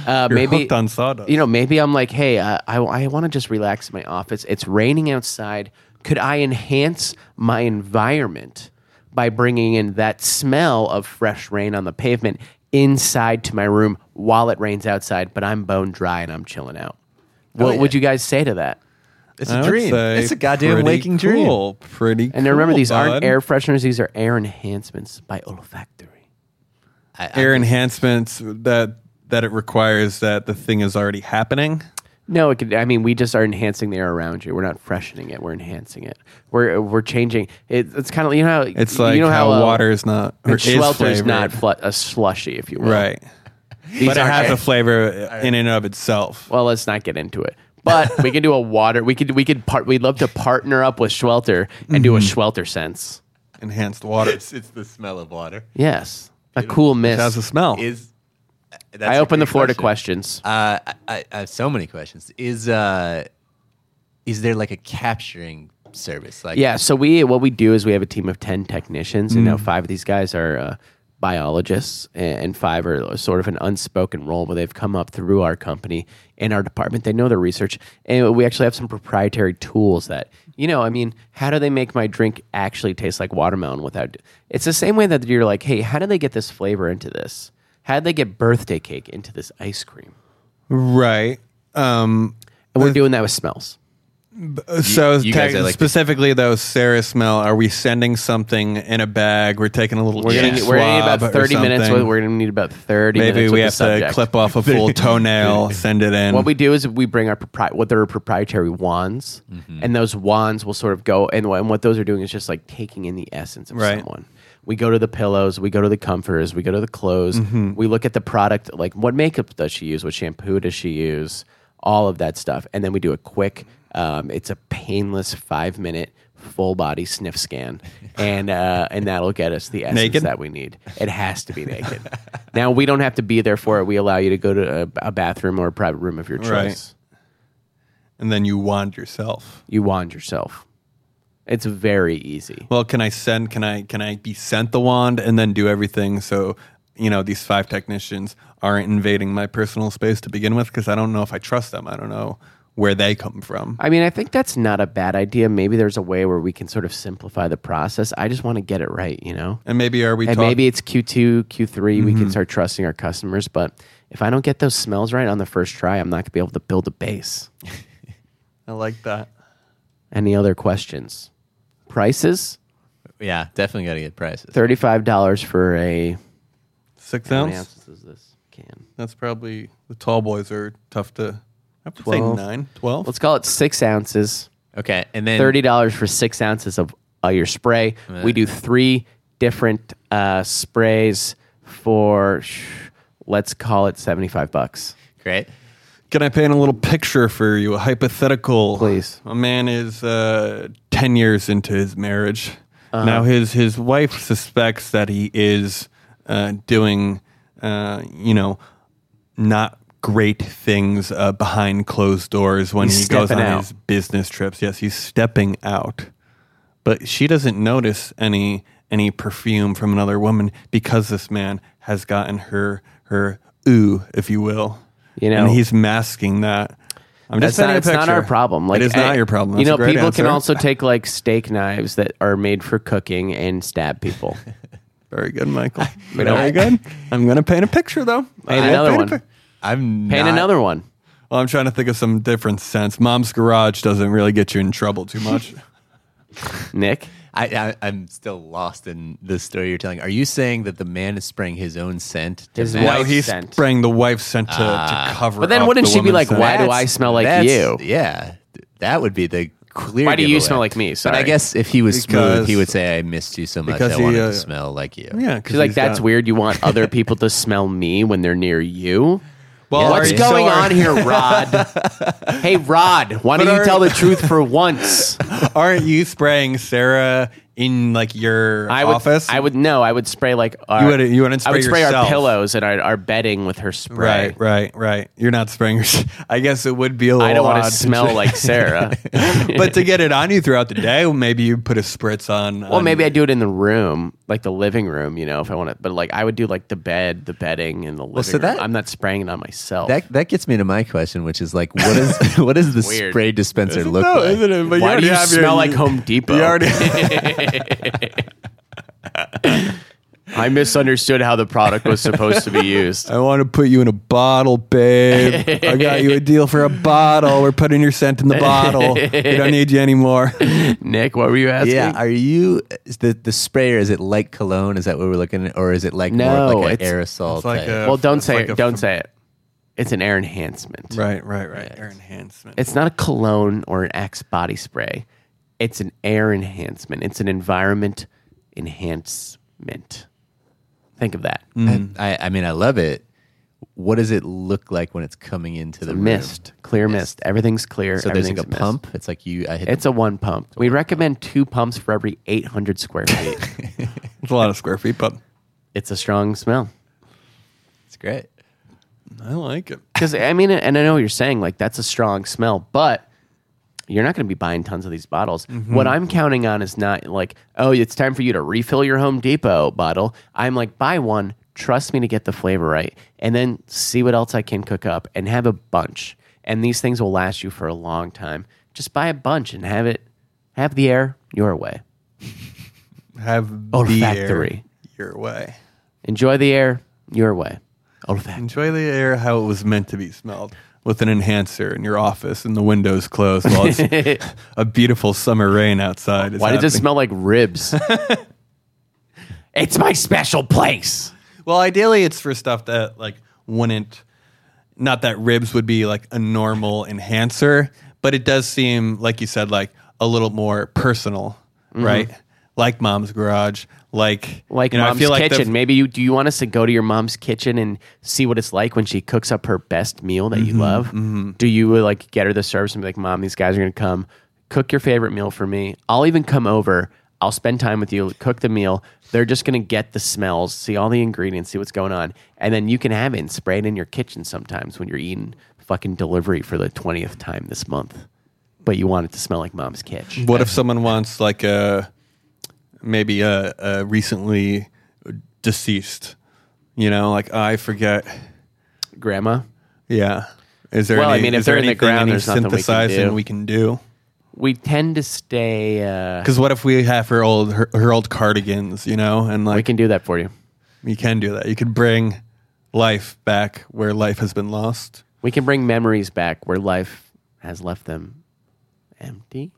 Uh, You're maybe hooked on sawdust. you know, maybe I'm like, hey, uh, I, I want to just relax in my office. It's raining outside. Could I enhance my environment by bringing in that smell of fresh rain on the pavement inside to my room while it rains outside, but I'm bone dry and I'm chilling out? Oh, What would you guys say to that? it's I a would dream. say It's a goddamn pretty waking dream. cool, Pretty And remember, cool, these aren't bud. air fresheners, these are air enhancements by olfactory. I, I- air enhancements that that it requires that the thing is already happening. No, it could. I mean, we just are enhancing the air around you. We're not freshening it. We're enhancing it. We're we're changing. It, it's kind of you know. How, It's like you know how, uh, water is not or And is Schwelter is flavored. not fl- a slushy, if you will. right, These but it aren't has air- a flavor in and of itself. well, let's not get into it. But we could do a water. We could we could part. We'd love to partner up with Schwelter and do a Mm-hmm. Schwelter sense. Enhanced water it's, it's the smell of water. Yes, a cool It has a miss. smell. Is Oh. that's I a open the great floor to question. questions. Uh, I, I I have so many questions. Is uh, is there like a capturing service? Like Yeah. So we what we do is we have a team of ten technicians, and now Mm. five of these guys are uh, biologists, and and five are uh, sort of an unspoken role where they've come up through our company and our department. They know their research, and we actually have some proprietary tools that you know. I mean, how do they make my drink actually taste like watermelon without? It's the same way that you're like, hey, how do they get this flavor into this? How did they get birthday cake into this ice cream? right. Um, And we're doing that with smells. So you guys tech- are like- specifically though, Sarah Smell, are we sending something in a bag? We're taking a little. We're gonna cheek need, we're gonna need swab about or thirty minutes. something. With, we're gonna need about thirty. Maybe minutes we with have the subject. to clip [laughs] off a full toenail, send it in. What we do is we bring our propri- what are proprietary wands, and those wands will sort of go and, wh- and what those are doing is just like taking in the essence of Right. someone. We go to the pillows, we go to the comforters, we go to the clothes. We look at the product, like what makeup does she use, what shampoo does she use, all of that stuff, and then we do a quick. Um, it's a painless five minute full body sniff scan, and uh, and that'll get us the essence Naked? that we need. It has to be naked. [laughs] now we don't have to be there for it. We allow you to go to a, a bathroom or a private room of your choice. Right. and then you wand yourself. You wand yourself. It's very easy. Well, can I send? Can I? Can I be sent the wand and then do everything? So you know these five technicians aren't invading my personal space to begin with because I don't know if I trust them. I don't know where they come from. I mean, I think that's not a bad idea. Maybe there's a way where we can sort of simplify the process. I just want to get it right, you know? and maybe are we? And talk- Mm-hmm. maybe it's Q2, Q3, we can start trusting our customers. But if I don't get those smells right on the first try, I'm not going to be able to build a base. I like that. Any other questions? Prices? Yeah, definitely got to get prices. $35 for a. Six How many ounce. ounces is this can? That's probably the tall boys are tough to. I would Twelve. say nine, 12. Let's call it six ounces. Okay, and then thirty dollars for six ounces of uh, your spray. We do three different uh, sprays for sh- let's call it seventy five bucks. Great. Can I paint a little picture for you? A hypothetical. Please. A man is uh, 10 years into his marriage. Uh-huh. Now, his, his wife suspects that he is uh, doing, uh, you know, not great things uh, behind closed doors when He's he goes on stepping out. his business trips. Yes, he's stepping out. But she doesn't notice any any perfume from another woman because this man has gotten her her ooh, if you will. You know- and he's masking that. I'm That's just sending not, a it's picture. not our problem. Like it is not I- your problem. you That's a know, great people can answer. also take like steak knives that are made for cooking and stab [laughs] people. very [laughs] good, Michael. know- very good. I'm gonna paint a picture [laughs] though. I will another paint a one. pic- I'm Paint not- another one. Well, I'm trying to think of some different sense. Mom's garage doesn't really get you in trouble [laughs] too much. Nick, I, I I'm still lost in the story you're telling. Are you saying that the man is spraying his own scent? To His mask? wife no, he's scent. Ah. spraying the wife's scent to, to cover. But then up wouldn't the she be like, woman's scent. why do That's- I smell like that's- you? Yeah, Th- that would be the clear. Why do you giveaway. smell like me? But Sorry. I guess if he was Because- smooth, he would say, "I missed you so much. because I he, wanted uh, to smell like you." Yeah, 'cause she's like, he's "That's got- weird. You want other people to smell me when they're near you." Well, Yeah, Oh, are What's you- Sorry. going so are- on here, [laughs] Rod? hey, Rod, why don't But you are- tell the [laughs] truth for once? Aren't you spraying Sarah in like your I would, office? I would no. I would spray like our, You wouldn't- you wouldn't I would spray spray our yourself. pillows and our, our bedding with her spray. Right, right, right. You're not spraying. Your, [laughs] I guess it would be a little. I don't want odd to [laughs] smell like Sarah. [laughs] but to get it on you throughout the day, well, maybe you put a spritz on. well, on- maybe I do it in the room, like the living room, you know, if I want to. But like, I would do like the bed, the bedding, and the living so that- room. I'm not spraying it on myself. That that gets me to my question, which is like, what is [laughs] what does the Weird. spray dispenser look No, like? isn't it? But why do already you have your- smell like Home Depot? You already. [laughs] [laughs] I misunderstood how the product was supposed [laughs] to be used. I want to put you in a bottle, babe. I [laughs] got you a deal for a bottle. We're putting your scent in the bottle. We don't need [laughs] you anymore. Nick, what were you asking? Yeah, are you is the the sprayer? Is it like cologne? Is that what we're looking at, or is it like more No, of like an it's- aerosol? it's like type? a- well, don't It's say like a it. Don't f- say it. It's an air enhancement. Right, right, right. Air enhancement. It's not a cologne or an Axe body spray. It's an air enhancement. It's an environment enhancement. Think of that. Mm. I, I mean, I love it. What does it look like when it's coming into the room? Mist, clear mist. Everything's clear. So there's like a everything's mist. pump. It's like you. I hit. It's a one pump. We recommend two pumps for every 800 square feet. It's a lot of square feet, but it's a strong smell. it's great. I like it. Because, I mean, and I know what you're saying, like, that's a strong smell, but you're not going to be buying tons of these bottles. What I'm counting on is not like, oh, it's time for you to refill your Home Depot bottle. I'm like, buy one, trust me to get the flavor right, and then see what else I can cook up and have a bunch. And these things will last you for a long time. Just buy a bunch and have it, have the air your way. Have Olfactory. the air your way. Enjoy the air your way. Olfactory. Enjoy the air how it was meant to be smelled. with an enhancer in your office and the windows closed [laughs] while it's a beautiful summer rain outside. is Why does it happening. smell like [laughs] ribs? it's my special place. Well, ideally, it's for stuff that like wouldn't. Not that ribs would be like a normal enhancer, but it does seem like you said, like a little more personal, right? Like mom's garage, like Mm-hmm. Like you know, I mom's feel like the- kitchen. Maybe you do you want us to go to your mom's kitchen and see what it's like when she cooks up her best meal that Mm-hmm, you love? Do you uh, like get her the service and be like, Mom, these guys are gonna come, cook your favorite meal for me. I'll even come over. I'll spend time with you, cook the meal. They're just gonna get the smells, see all the ingredients, see what's going on. And then you can have it and spray it in your kitchen sometimes when you're eating fucking delivery for the twentieth time this month. But you want it to smell like mom's kitchen. What if someone wants like a maybe a, a recently deceased? You know, like I forget. Grandma? Yeah. Is there? Well, I any, mean, if is there they're in the anything, ground, any there's nothing we can synthesizing do. we can do. We tend to stay uh, Because what if we have her old her, her old cardigans, you know, and we like can do that for you. you can do that. You could bring life back where life has been lost. We can bring memories back where life has left them empty.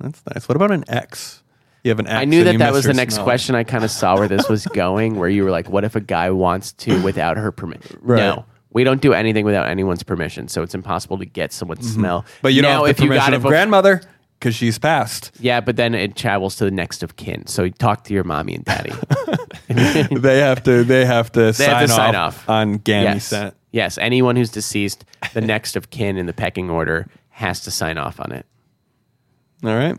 That's nice. What about an X? You have an X. I knew and that you that miss was her the next smell. question. I kind of saw where this [laughs] was going, where you were like, what if a guy wants to without her permission? Right. No. We don't do anything without anyone's permission, so it's impossible to get someone's smell. Mm-hmm. But you don't Now, have the permission it of bef- grandmother because she's passed. Yeah, but then it travels to the next of kin. So you talk to your mommy and [laughs] daddy. they have to. They have to, They sign, have to off sign off. on Gammy yes. scent. Yes. Anyone who's deceased, the next of kin in the pecking order has to sign off on it. All right.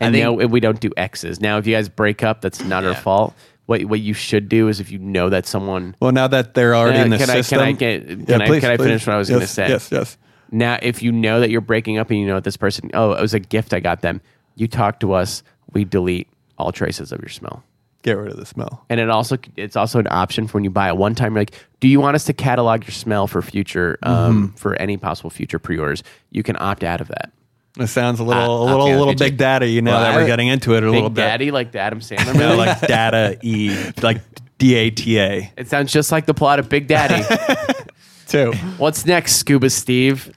And no, we don't do X's. Now, if you guys break up, that's not her fault. What what you should do is if you know that someone Well, now that they're already Uh, in the can I- can system, I get- can I- can I finish what I was Yes, gonna say? Yes, yes. now, if you know that you're breaking up and you know that this person, oh, it was a gift I got them. You talk to us, we delete all traces of your smell. Get rid of the smell. And it also it's also an option for when you buy it one time. You're like, do you want us to catalog your smell for future um, for any possible future pre-orders? You can opt out of that. It sounds a little, Uh, a okay, little, I'll little get you. big data. You know Well, that I- we're getting into it a little Big bit. Daddy, like the Adam Sandler [laughs] You know, movie. like data e, like D A [laughs] T A it sounds just like the plot of Big Daddy. too. What's next, Scuba Steve?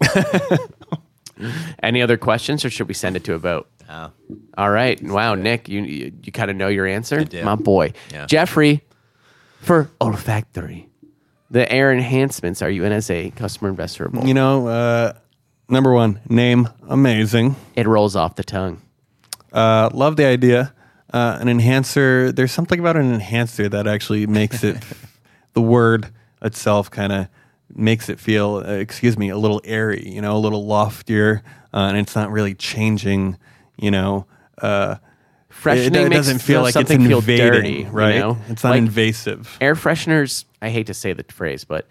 [laughs] Any other questions, or should we send it to a vote? No. All right. Wow, Nick, you you, you kind of know your answer, do. my boy, Yeah. Jeffrey, for olfactory. The air enhancements are you in as a customer investor? or both? You know, uh, number one name amazing. It rolls off the tongue. Uh, love the idea. Uh, an enhancer. There's something about an enhancer that actually [laughs] makes it the word itself kind of makes it feel, uh, excuse me, a little airy. You know, a little loftier, uh, and it's not really changing. You know. Uh, Freshening it, it makes doesn't feel like it's something feel invading, dirty, you right? know? It's not Like- invasive. air fresheners i hate to say the phrase but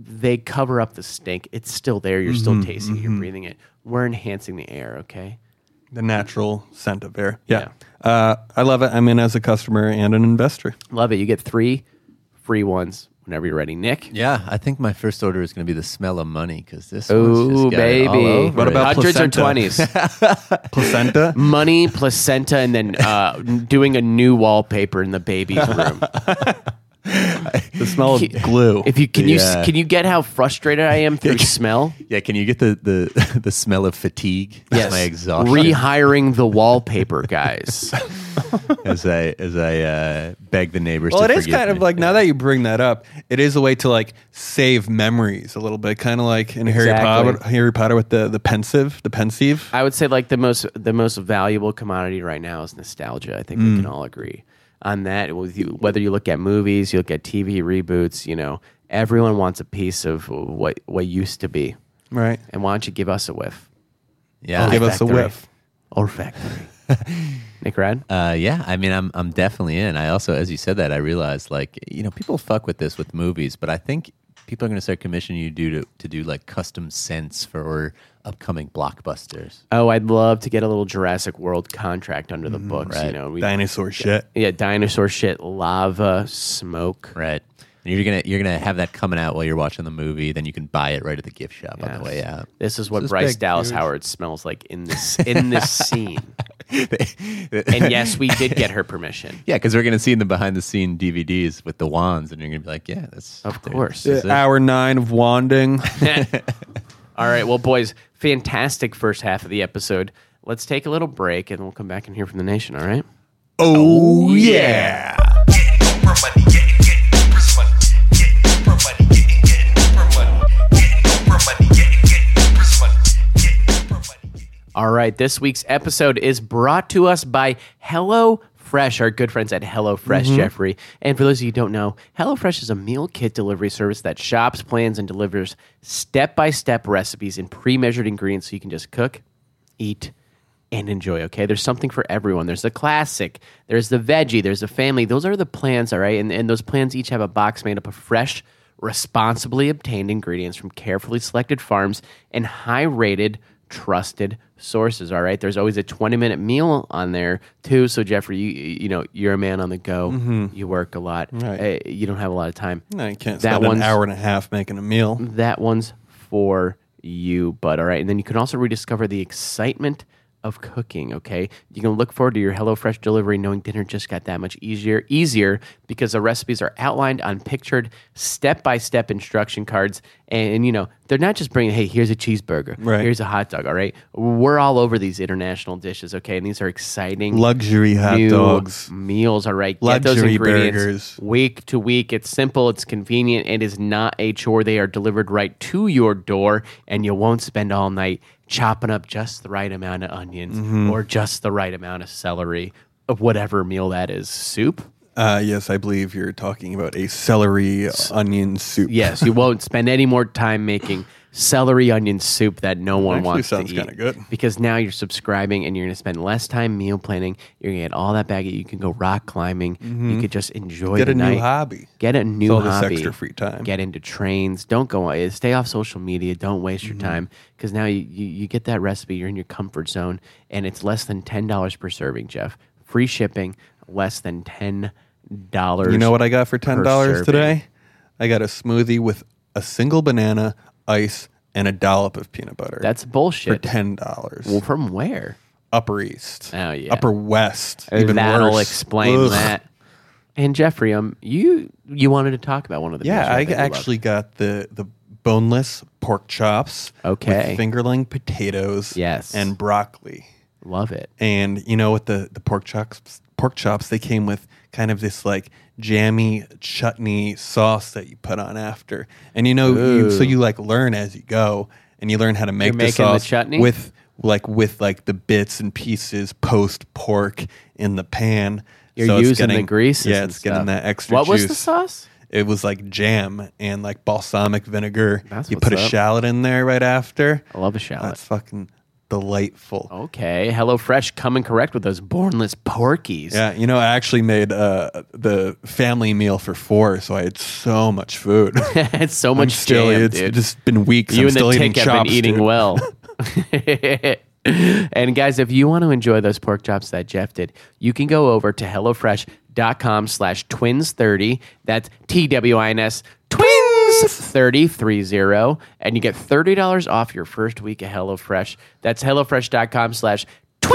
they cover up the stink it's still there you're Mm-hmm, still tasting it you're breathing it we're enhancing the air okay The natural scent of air. Yeah. Uh, I love it. I'm in as a customer and an [laughs] investor. love it you get three free ones whenever you're ready nick Yeah, I think my first order is going to be the smell of money because this. one's Ooh, just got it all baby. over What it. about hundreds placenta? or [laughs] twenties? Placenta. Money, placenta, and then uh, doing a new wallpaper in the baby's room. [laughs] the smell of glue. [laughs] If you can, you Yeah. s- can you get how frustrated I am [laughs] through smell? Yeah, can you get the the, [laughs] the smell of fatigue? Yes, my exhaustion Rehiring the wallpaper, guys. [laughs] as I as I uh, beg the neighbors. well, it to is forgive kind of me. like now that you bring that up, it is a way to like save memories a little bit, kind of like in Harry Exactly. Potter. Harry Potter with the the pensive, the pensive. I would say like the most the most valuable commodity right now is nostalgia. I think we Mm. can all agree on that. With you- Whether you look at movies, you look at TV reboots, you know, everyone wants a piece of what what used to be. right. And why don't you give us a whiff? yeah, Give us a Olfactory. whiff. Olfactory. [laughs] Nick Rad? Uh, yeah, I mean, I'm I'm definitely in. I also, as you said that, I realized like you know people fuck with this with movies, but I think people are going to start commissioning you do to, to do like custom scents for upcoming blockbusters. Oh, I'd love to get a little Jurassic World contract under Mm, the books. You right. know, we, Dinosaur shit. yeah, dinosaur shit, lava, smoke. Right. you're gonna you're gonna have that coming out while you're watching the movie. Then you can buy it right at the gift shop on the way out. [laughs] This is what This Bryce big, Dallas huge- Howard smells like in this in [laughs] this scene. and yes, we did get her permission. [laughs] Yeah, because we're gonna see in the behind the scene DVDs with the wands, and you're gonna be like, yeah, that's Of course. Is it? Hour nine of [laughs] wanding. All right, well, boys, fantastic first half of the episode. Let's take a little break and we'll come back and hear from the nation. All right. oh yeah. Getting Oprah money, getting, getting Oprah's money. Getting Oprah money, getting, getting Oprah money. Getting Oprah money, getting, getting Oprah's money. Getting Oprah money, getting. All right, this week's episode is brought to us by Hello Fresh, our good friends at HelloFresh, Fresh, Jeffrey. And for those of you who don't know, HelloFresh is a meal kit delivery service that shops, plans, and delivers step by step recipes in pre measured ingredients so you can just cook, eat, and enjoy, okay? There's something for everyone. There's the classic, there's the veggie, there's the family. Those are the plans, all right? And, and those plans each have a box made up of fresh, responsibly obtained ingredients from carefully selected farms and high rated, trusted sources, all right? There's always a 20 minute meal on there, too. So, Jeffrey, you, you know, you're a man on the go, you work a lot, Mm-hmm. Right. Uh, you don't have a lot of time. No, you can't That spend an one's- Mm-hmm. hour and a half making a meal. That one's for you, bud. All right. And then you can also rediscover the excitement of cooking, okay? You can look forward to your HelloFresh delivery knowing dinner just got that much easier, easier because the recipes are outlined on pictured step-by-step instruction cards and, you know, they're not just bringing, "Hey, here's a cheeseburger, Right. here's a hot dog," all right? We're all over these international dishes, okay? And these are exciting Luxury hot new dogs. meals, all right? Luxury ingredients burgers. week to week. It's simple, it's convenient, it is not a chore. They are delivered right to your door, and you won't spend all night chopping up just the right amount of onions Mm-hmm. or just the right amount of celery, of whatever meal that is. Soup? Uh, yes, I believe you're talking about a celery onion soup. Yes, you won't spend any more time making celery onion soup that no one Actually wants sounds to eat. kinda good. Because now you're subscribing and you're going to spend less time meal planning. You're going to get all that back. You can go rock climbing. You could just enjoy Mm-hmm. Get the a new night. hobby. Get a new all this hobby. extra free time. Get into trains. Don't go. out- Stay off social media. Don't waste Mm-hmm. your time because now you, you you get that recipe. You're in your comfort zone, and it's less than ten dollars per serving, Jeff. Free shipping. Less than ten dollars. You know what I got for ten dollars serving. today? I got a smoothie with a single banana, ice, and a dollop of peanut butter. That's for bullshit. ten dollars. Well, from where? Upper East. Oh, yeah. Upper West. Even That'll worse. explain Ugh. that. And Jeffrey, um, you you wanted to talk about one of the meals, Yeah, I right, that you love. actually got the the boneless pork chops. Okay. With fingerling potatoes. Yes. And broccoli. love it. And you know, with the the pork chops, pork chops, they came with kind of this like jammy chutney sauce that you put on after. And you know, you, so you like learn as you go, and you learn how to make the making the sauce chutney? with like with like the bits and pieces post pork in the pan. You're So it's using the greases. Yeah, and it's getting stuff. that extra. What was the juice. sauce? It was like jam and like balsamic vinegar. That's you what's put a up. shallot in there right after. I love a shallot. That's fucking delightful. Okay, HelloFresh coming correct with those bornless porkies. [laughs] Yeah, you know, I actually made uh, the family meal for four, so I had so much [laughs] food. I'm it's so much still, jam, it's dude. just been weeks. you I'm and still the eating tick have chops, been eating dude. well. and guys, if you want to enjoy those pork chops that Jeff did, you can go over to HelloFresh.com slash twins30. That's T-W-I-N-S twins 3030 and you get $30 off your first week of HelloFresh. That's HelloFresh.com slash twins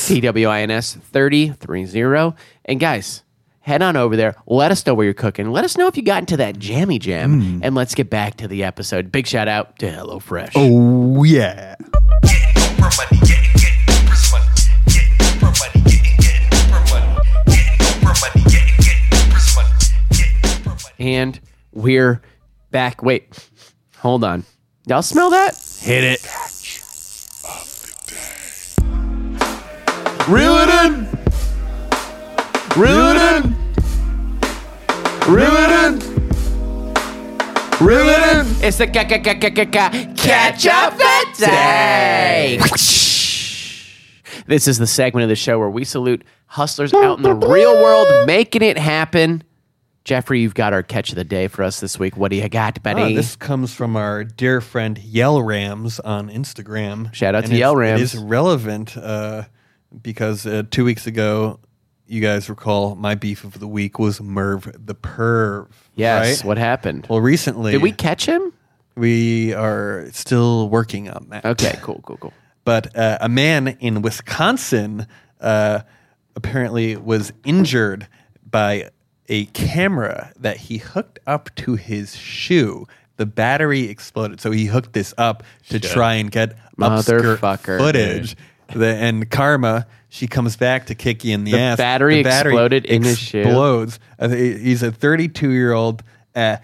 T-W-I-N-S 3030. And guys, head on over there. Let us know where you're cooking. Let us know if you got into that jammy jam. And let's get back to the episode. Big shout out to HelloFresh. Oh. Oh, yeah. Getting Oprah money, getting, getting Oprah's money. Getting Oprah money, getting, getting Oprah money. Getting Oprah money, getting, getting Oprah's money. Getting Oprah money. And we're back. Wait, hold on. Y'all smell that? Hit it. Reel it in. Reel it in. Reel it in. Reel it in. It's the ca- ca- ca- ca- ca- ca- catch up the day. This is the segment of the show where we salute hustlers out in the real world making it happen. Jeffrey, you've got our catch of the day for us this week. What do you got, buddy? Ah, this comes from our dear friend Yell Rams on Instagram. Shout out And to it's- Yell Rams. It is relevant uh, because uh, two weeks ago, you guys recall, my beef of the week was Merv the Perv. Yes. right? What happened? Well, recently Did we catch him? we are still working on that. Okay. Cool. Cool. Cool. but uh, a man in Wisconsin uh, apparently was injured by a camera that he hooked up to his shoe. The battery exploded, so he hooked this up to try and get obscure Motherfucker, footage. The, and Karma, she comes back to kick you in the, The ass. battery exploded in his shoe? Explodes. Uh, he- He's a 32 year old uh,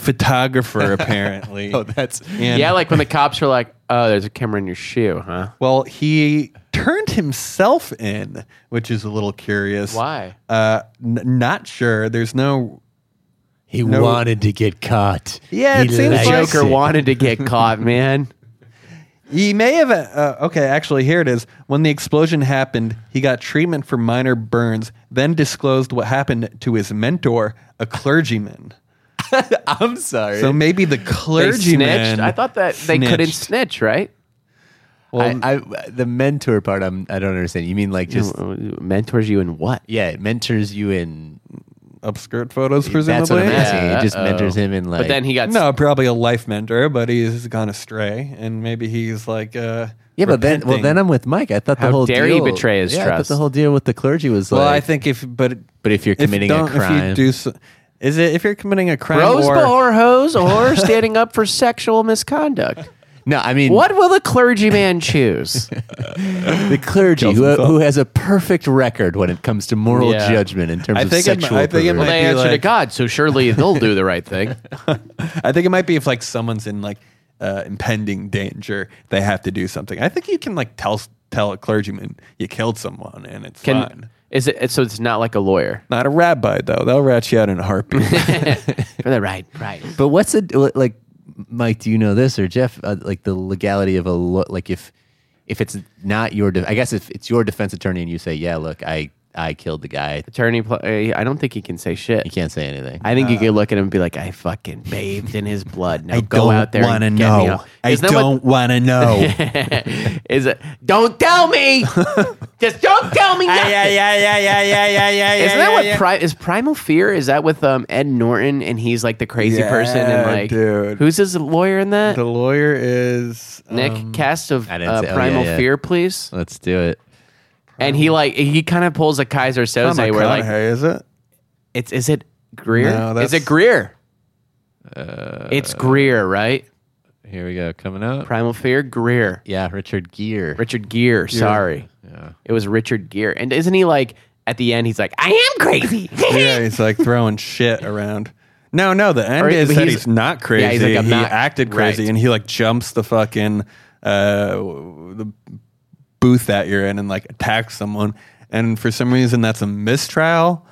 [laughs] photographer, apparently. Oh, that's- And- yeah, like when the cops are like, "Oh, there's a camera in your shoe, huh?" well, he turned himself in, which is a little curious. Why? Uh, n- not sure. There's no. He No. wanted to get caught. Yeah, it He seems likes like- Joker it. wanted to [laughs] get caught, man. He may have. Uh, okay, actually, here it is. When the explosion happened, he got treatment for minor burns, then disclosed what happened to his mentor, a clergyman. I'm sorry. So maybe the They clergyman. snitched. I thought that they snitched. couldn't snitch, right? Well, I, I, the mentor part, I'm, I don't understand. You mean like just Mentors you in what? yeah, it mentors you in obscured photos, That's what presumably. I'm asking. Yeah, it just uh-oh. mentors him in like. But then he got No, probably a life mentor, but he's gone astray, and maybe he's like. Uh, Yeah, but then well, repenting. then I'm with Mike. I thought the How whole dare he deal, betray his yeah, I thought trust. the whole deal with the clergy was Well, I like. think if but but if you're committing if a don't- If crime, you do so, is it if you're committing a crime Rose or before [laughs] hose or standing up for sexual misconduct. no, I mean What will the clergyman [laughs] choose? the clergy who, who has a perfect record when it comes to moral Yeah. judgment in terms I of think it mi- sexual. I think it perversion. might- Well, they be answer to like- God, so surely they'll do the right [laughs] thing. I think it might be if like someone's in like uh, impending danger, they have to do something. I think you can like tell tell a clergyman you killed someone and it's Can fine. is it? So it's not like a lawyer Not a rabbi though; they'll rat you out in [laughs] a heartbeat. for the right price. But what's it like, Mike? Do you know this or Jeff? Uh, like the legality of a lo- like if if it's not your, de- I guess if it's your defense attorney and you say, yeah, look, I I killed the guy. Attorney, pl- eh, I don't think he can say You shit. can't say anything. I think you could look at him and be like, "I fucking bathed in his blood. Now Uh. I go don't out there wanna and get me know. out." I Isn't that what- don't want [laughs] to know. is it? Don't tell [laughs] me. Just don't tell me. Nothing. yeah, yeah, yeah, yeah, yeah. Isn't that what pri- is Primal Fear? Is that with um, Ed Norton and he's like the crazy Yeah, person and like dude. who's his lawyer in that? the lawyer is? Nick um, cast of I didn't uh, say- oh, yeah, Primal yeah. Fear, please. Let's do it. And he like he kind of pulls a Kaiser not Soze where McConaughey, like is it? it's is it Greer? No, is that's- Uh, it Greer? it's Greer, right? Here we go. Coming up. Primal Fear, Greer, Yeah, Richard Gere. Richard Gere. Sorry, it was Richard Gere. And isn't he like at the end? He's like, I am crazy. [laughs] yeah, he's like throwing shit around. No, no, the end Or he- is he's- that he's not crazy. Yeah, he's like, I'm he not- acted crazy, right. and he like jumps the fucking uh, w- the booth that you're in and like attacks someone. And for some reason, that's a mistrial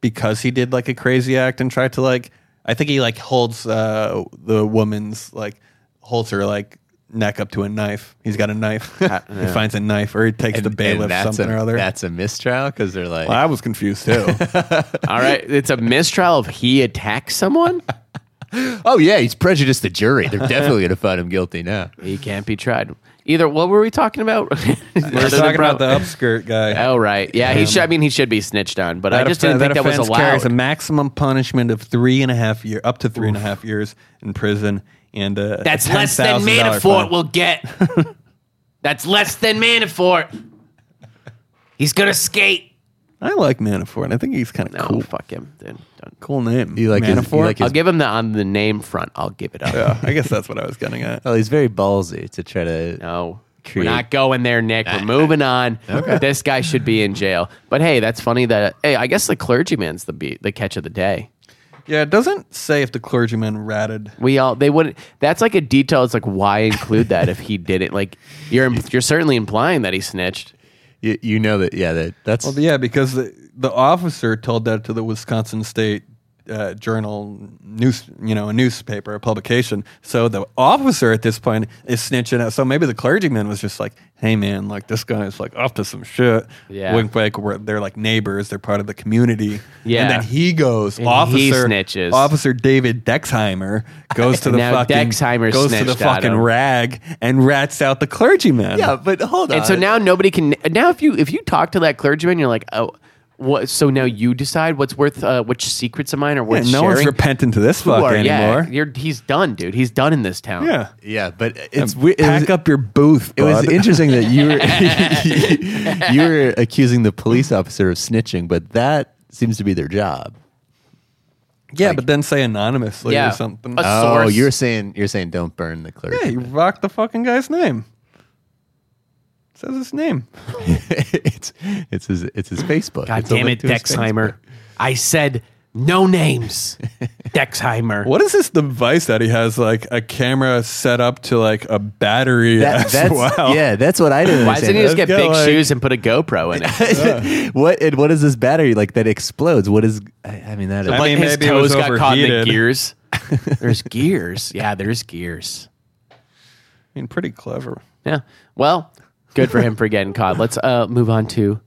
because he did like a crazy act and tried to like. I think he like holds uh, the woman's like holds her like neck up to a knife. He's got a knife. [laughs] He finds a knife, or he takes the bailiff that's something a, or other. That's a mistrial because they're like, well, I was confused too. All right, it's a mistrial if he attacks someone. oh yeah, he's prejudiced the jury. [laughs] They're definitely gonna find him guilty now. He can't be tried. Either what were we talking [laughs] about? We're talking about the upskirt guy. [laughs] Oh right, yeah. he should. I mean, he should be snitched on, but I just offen- didn't think that was offense carries allowed. a maximum punishment of three and a half year, up to three and a half years in prison, and uh, a That's less than $10,000 Manafort fine. will get. [laughs] That's less than Manafort. He's gonna skate. I like Manafort. and I think he's kind of No, cool. fuck him, dude. Don't. Cool name. You like his- you Manafort? like his- I'll give him the on the name front. I'll give it up. yeah, I guess that's what I was getting at. Oh, he's very ballsy to try to. No. Create- We're not going there, Nick. We're moving on. This guy should be in jail. But hey, that's funny that hey, I guess the clergyman's the be- the catch of the day. Yeah, it doesn't say if the clergyman ratted. We all they wouldn't. That's like a detail. It's like why include that if he didn't? Like you're im- you're certainly implying that he snitched. You, you know that. Yeah, that that's Well, yeah, because the, the officer told that to the Wisconsin State uh, Journal news, you know, a newspaper, a publication. So the officer at this point is snitching out. So maybe the clergyman was just like, "Hey, man, like this guy's like up to some shit." Yeah. wink, wink. We're, they're like neighbors. They're part of the community. Yeah. and then he goes. And he officer snitches. Officer David Dexheimer [laughs] goes to the Now fucking Dexheimer goes to the snitched on fucking him. rag and rats out the clergyman. yeah. But hold on. Uh, And so now nobody can. Now if you if you talk to that clergyman, you're like, oh, what? So now you decide what's worth, uh, which secrets of mine are worth no sharing. one's repenting to this fuck You are- anymore. Yeah, you're, he's done, dude. He's done in this town. yeah. Yeah, but it's we weird. It Pack was, up your booth. it was bud. interesting that you were [laughs] you were accusing the police officer of snitching, but that seems to be their job. [laughs] yeah, but then say anonymously Yeah. or something. A Oh, source. you're saying you're saying don't burn the clerk. yeah, you rock the fucking guy's name. says his name. it's it's his it's his Facebook. God It's a damn it, link to his [laughs] Dexheimer. I said no [laughs] names. Dexheimer. What is this device that he has? Like a camera set up to like a battery That, as that's well. yeah. That's what I didn't. Why doesn't he just get Let's go, big like- shoes and put a GoPro [laughs] in it? [laughs] understand. what and what is this battery like that explodes? What is? I, I mean that. Is, I like mean, his maybe it was toes got caught in the overheated. gears. [laughs] There's gears. Yeah, there's gears. [laughs] I mean, pretty clever. Yeah. Well, good for him for getting caught. Let's uh, move on to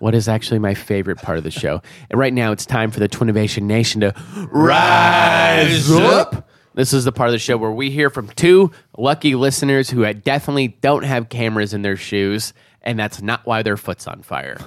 what is actually my favorite part of the show. And right now, it's time for the Twinnovation Nation to rise up. This is the part of the show where we hear from two lucky listeners who definitely don't have cameras in their shoes, and that's not why their foot's on [laughs] fire.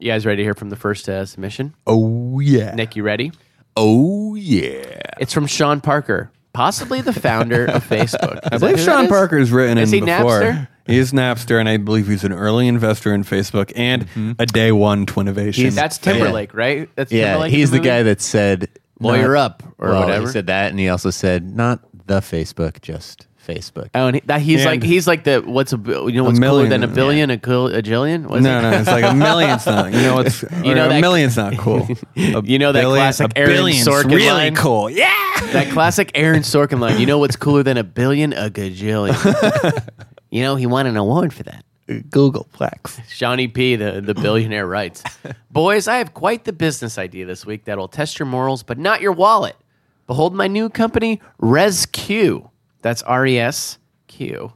you guys ready to hear from the first uh, submission? oh yeah. Nick, you ready? Oh yeah. It's from Sean Parker, possibly the founder [laughs] of Facebook. I believe Sean Parker's written Is in he before. Napster? He is Napster, and I believe he's an early investor in Facebook and a day one Twinnovation. That's Timberlake, right? That's Yeah, Timberlake in he's the movie? guy that said Lawyer not- up or well, whatever. He said that, and he also said not the Facebook, just Facebook. Oh, and he, that he's And- like he's like the what's a bi- you know what's cooler million. than a billion a, cool, a jillion? What is no, it? no, it's like [laughs] a million's not. You know, it's you know know that- a million's not cool. A [laughs] You know that classic a Aaron billion's Sorkin really line? cool. Yeah, That classic Aaron Sorkin line. You know what's cooler than a billion? A gajillion. [laughs] you know he won an award for that. Google Plex. Shawnee P, the, the billionaire, writes Boys, I have quite the business idea this week that'll test your morals, but not your wallet. Behold my new company, ResQ. That's R E S Q.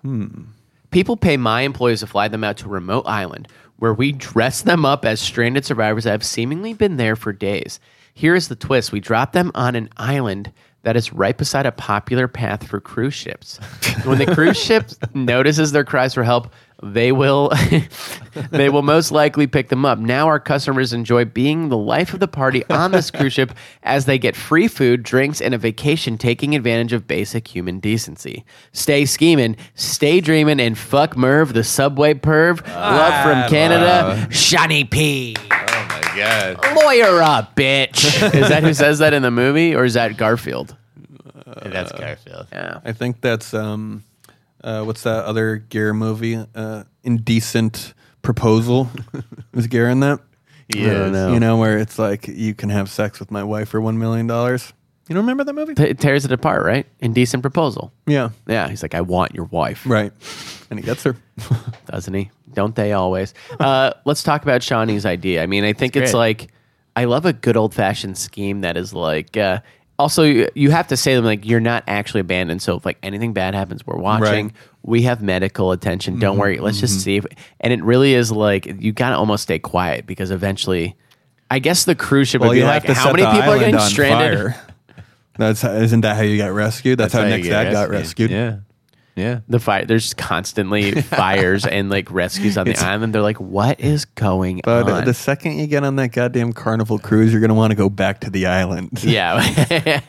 People pay my employees to fly them out to a remote island where we dress them up as stranded survivors that have seemingly been there for days. Here is the twist we drop them on an island that is right beside a popular path for cruise ships. when the cruise [laughs] ship notices their cries for help, they will [laughs] they will most likely pick them up. Now our customers enjoy being the life of the party on [laughs] this cruise ship as they get free food, drinks, and a vacation taking advantage of basic human decency. Stay scheming, stay dreaming, and fuck Merv, the subway perv. Love from Canada, Shawnee P. Ah, Oh my god. Lawyer up, [laughs] bitch. is that who says that in the movie, or is that Garfield? That's Garfield. Yeah. I think that's um, uh, what's that other Gear movie? Uh, Indecent [laughs] Proposal. is Gear in that? He is. You know where it's like you can have sex with my wife for one million dollars. You don't remember that movie? T- it tears it apart, right? Indecent proposal. Yeah. Yeah, he's like, I want your wife. Right. And he gets her. doesn't he? Don't they always? Uh, [laughs] let's talk about Shawnee's idea. I mean, I think it's great. like I love a good old fashioned scheme that is like. Uh, also, you, you have to say them like you're not actually abandoned. So if like anything bad happens, we're watching. Right. Mm-hmm. We have medical attention. Don't worry. Let's just see. If, and it really is like you gotta almost stay quiet because eventually, I guess the cruise ship Well, would be you like, have to how set many the people are island getting on stranded? [laughs] fire. That's how, isn't that how you got rescued? That's, how Nick Zach got rescued. Yeah. Yeah. The fire. There's [laughs] constantly fires and like rescues on the island. They're like, what is going But on? Uh, the second you get on that goddamn carnival cruise, you're gonna want to go back to the island. [laughs] [laughs] Yeah.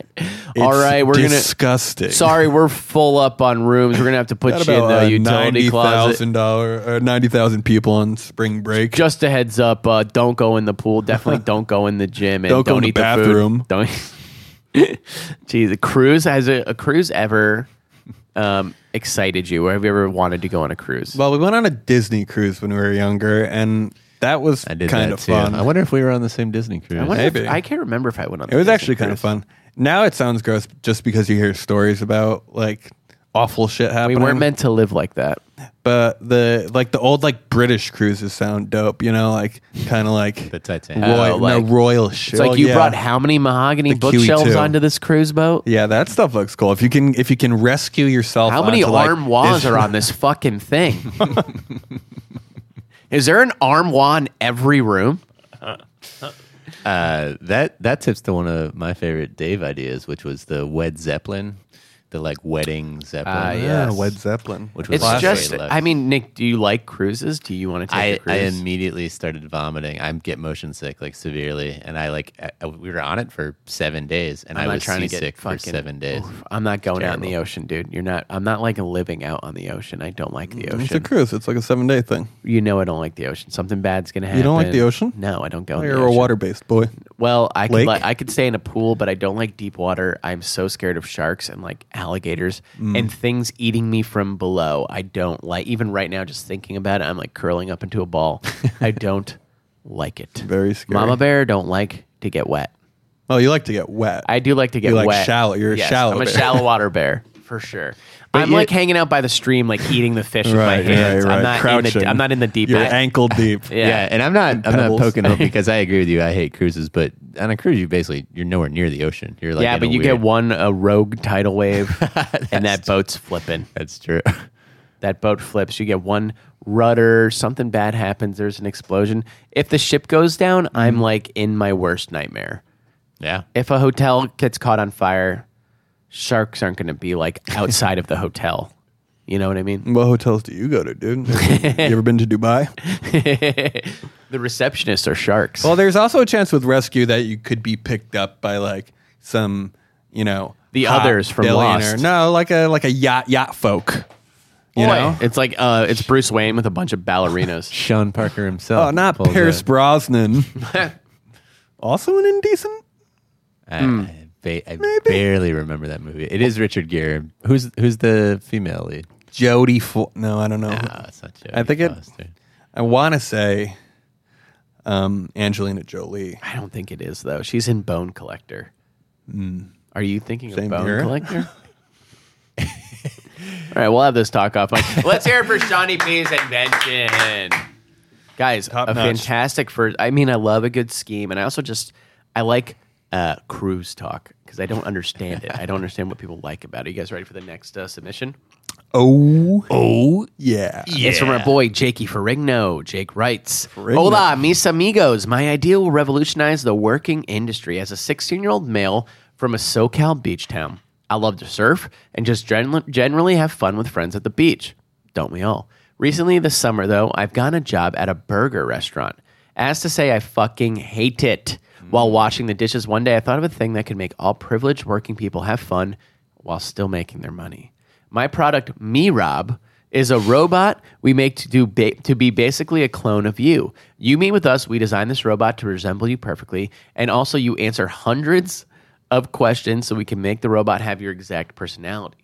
All right, we're gonna. disgusting. Sorry, we're full up on rooms. We're gonna have to put Got you in about the uh, utility ninety closet. thousand dollar, uh, ninety thousand people on spring break. Just a heads up: uh, don't go in the pool. [laughs] Definitely don't go in the gym. And Don't go in the eat bathroom. The food. [laughs] Don't. Geez, a cruise has a, a cruise ever um, excited you? Or have you ever wanted to go on a cruise? well, we went on a Disney cruise when we were younger, and that was I did kind that of too. fun. I wonder if we were on the same Disney cruise. I, wonder if- maybe. I can't remember if I went on. It was actually kind of fun. Now it sounds gross just because you hear stories about like awful shit We happening. weren't meant to live like that. but the like the old like British cruises sound dope. You know, like kind of like The Roy, Titanic. Oh, like- no, royal shit. Oh, It's like you yeah. brought how many mahogany The bookshelves QE2. onto this cruise boat? Yeah, that stuff looks cool. If you can, if you can rescue yourself, How many onto, like, armoires this- are on this fucking thing? Is there an armoire in every room? Uh, that that tips to one of my favorite Dave ideas, which was the Wed Zeppelin. the like wedding zeppelin. Ah, [laughs] Yeah, yes. Led Zeppelin. Which It's Classic. just, Love. I mean, Nick, do you like cruises? Do you want to take a I, I cruise? immediately started vomiting. I get motion sick like severely, and I like I- I- we were on it for seven days, and i not was seasick for seven days. Oof, I'm not going out in the Terrible. ocean, dude. You're not. I'm not like living out on the ocean. I don't like the It's a ocean. cruise. It's like a seven day thing. you know, I don't like the ocean. Something bad's gonna happen. don't like the ocean? No, I don't go. in the You're a ocean. water based boy. Well, I could Lake? like, I could stay in a pool, but I don't like deep water. I'm so scared of sharks and like alligators Mm. and things eating me from below. I don't like even right now just thinking about it, I'm like curling up into a [laughs] ball. I don't like it. Very scary. Mama bear don't like to get wet. Oh, you like to get wet. I do like to get You like wet. shallow- you're a Yes, shallow I'm a bear. shallow [laughs] water bear for sure. I'm you- like hanging out by the stream, like eating the fish right, with my hands. right, right. I'm not in Crouching. the I'm not in the deep. You're end. [laughs] ankle deep. Yeah. Yeah. and I'm not I'm not Pebbles. [laughs] poking up because I agree with you. I hate cruises, but on a cruise you basically you're nowhere near the ocean. You're like yeah, in but a you get weird- one a rogue tidal [laughs] wave, and that boat's flipping. That's true. [laughs] that boat flips. You get one rudder, something bad happens, there's an explosion. If the ship goes down, I'm like in my worst nightmare. yeah, If a hotel gets caught on fire, sharks aren't going to be like outside of the hotel. You know what I [laughs] mean? What hotels do you go [laughs] to, dude? you ever been to Dubai? The receptionists are sharks. Well, there's also a chance with rescue that you could be picked up by like some, you know, The hot others from billionaire. Lost. No, like a like a yacht yacht folk. You Boy, know, it's like uh, it's Bruce Wayne with a bunch of ballerinas. Sean Parker himself. oh, not pulls Pierce [laughs] up. Brosnan. also an indecent. I, Hmm. I, ba- I barely remember that movie. It is Richard Gere. Who's who's the female lead? Jodie. Fo- no, I don't know. Ah, it's not Jodie I think it- Foster. I want to say um, Angelina Jolie. I don't think it is though. She's in Bone Collector. Are you thinking Same of Bone here. Collector? All right, we'll have this talk off. mic. Let's hear it for Shawnee P's invention, guys. a notch. fantastic first. I mean, I love a good scheme, and I also just I like uh, cruise talk because I don't understand it. I don't understand what people like about it. You guys ready for the next uh, submission? Oh, oh, yeah. It's from our boy Jakey Ferrigno. Jake writes, Ferrigno. "Hola, mis amigos. My idea will revolutionize the working industry as a 16-year-old male from a SoCal beach town. I love to surf and just gen- generally have fun with friends at the beach. Don't we all? Recently this summer, though, I've gotten a job at a burger restaurant. As to say, I fucking hate it. While washing the dishes one day, I thought of a thing that could make all privileged working people have fun while still making their money." My product, Me Rob, is a robot we make to do ba- to be basically a clone of you. You meet with us, we design this robot to resemble you perfectly, and also you answer hundreds of questions so we can make the robot have your exact personality.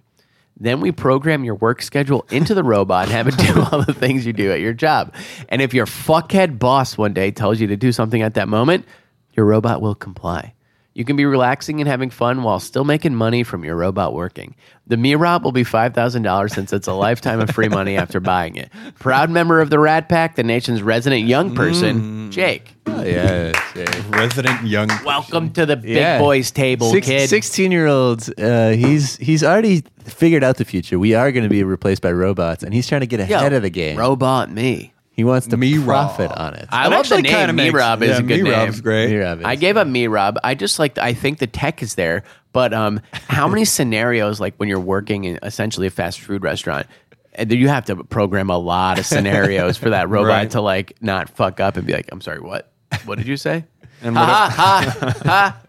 Then we program your work schedule into the robot and have it [laughs] do all the things you do at your job. And if your fuckhead boss one day tells you to do something at that moment, your robot will comply. You can be relaxing and having fun while still making money from your robot working. The Mirab will be $5,000 since it's a lifetime of free money after buying it. Proud member of the Rat Pack, the nation's resident Mm. young person, Jake. Oh, yeah, yeah. Resident young. Welcome to the big Yeah. boys table, Six- kid. 16 year olds, uh, he's he's already figured out the future. We are going to be replaced by robots, and he's trying to get Yo, ahead of the game. Robot me. he wants to Me profit Rob. on it. I That love the actually kinda name. makes- Mirab is yeah, a good Me name. Rob's great. Me Rob is- I gave up me, Rob. I just like I think the tech is there, but um, how many [laughs] scenarios like when you're working in essentially a fast food restaurant, and you have to program a lot of scenarios for [laughs] that robot Right. to like not fuck up and be like, I'm sorry, what? What did you say? [laughs] And what, if, [laughs]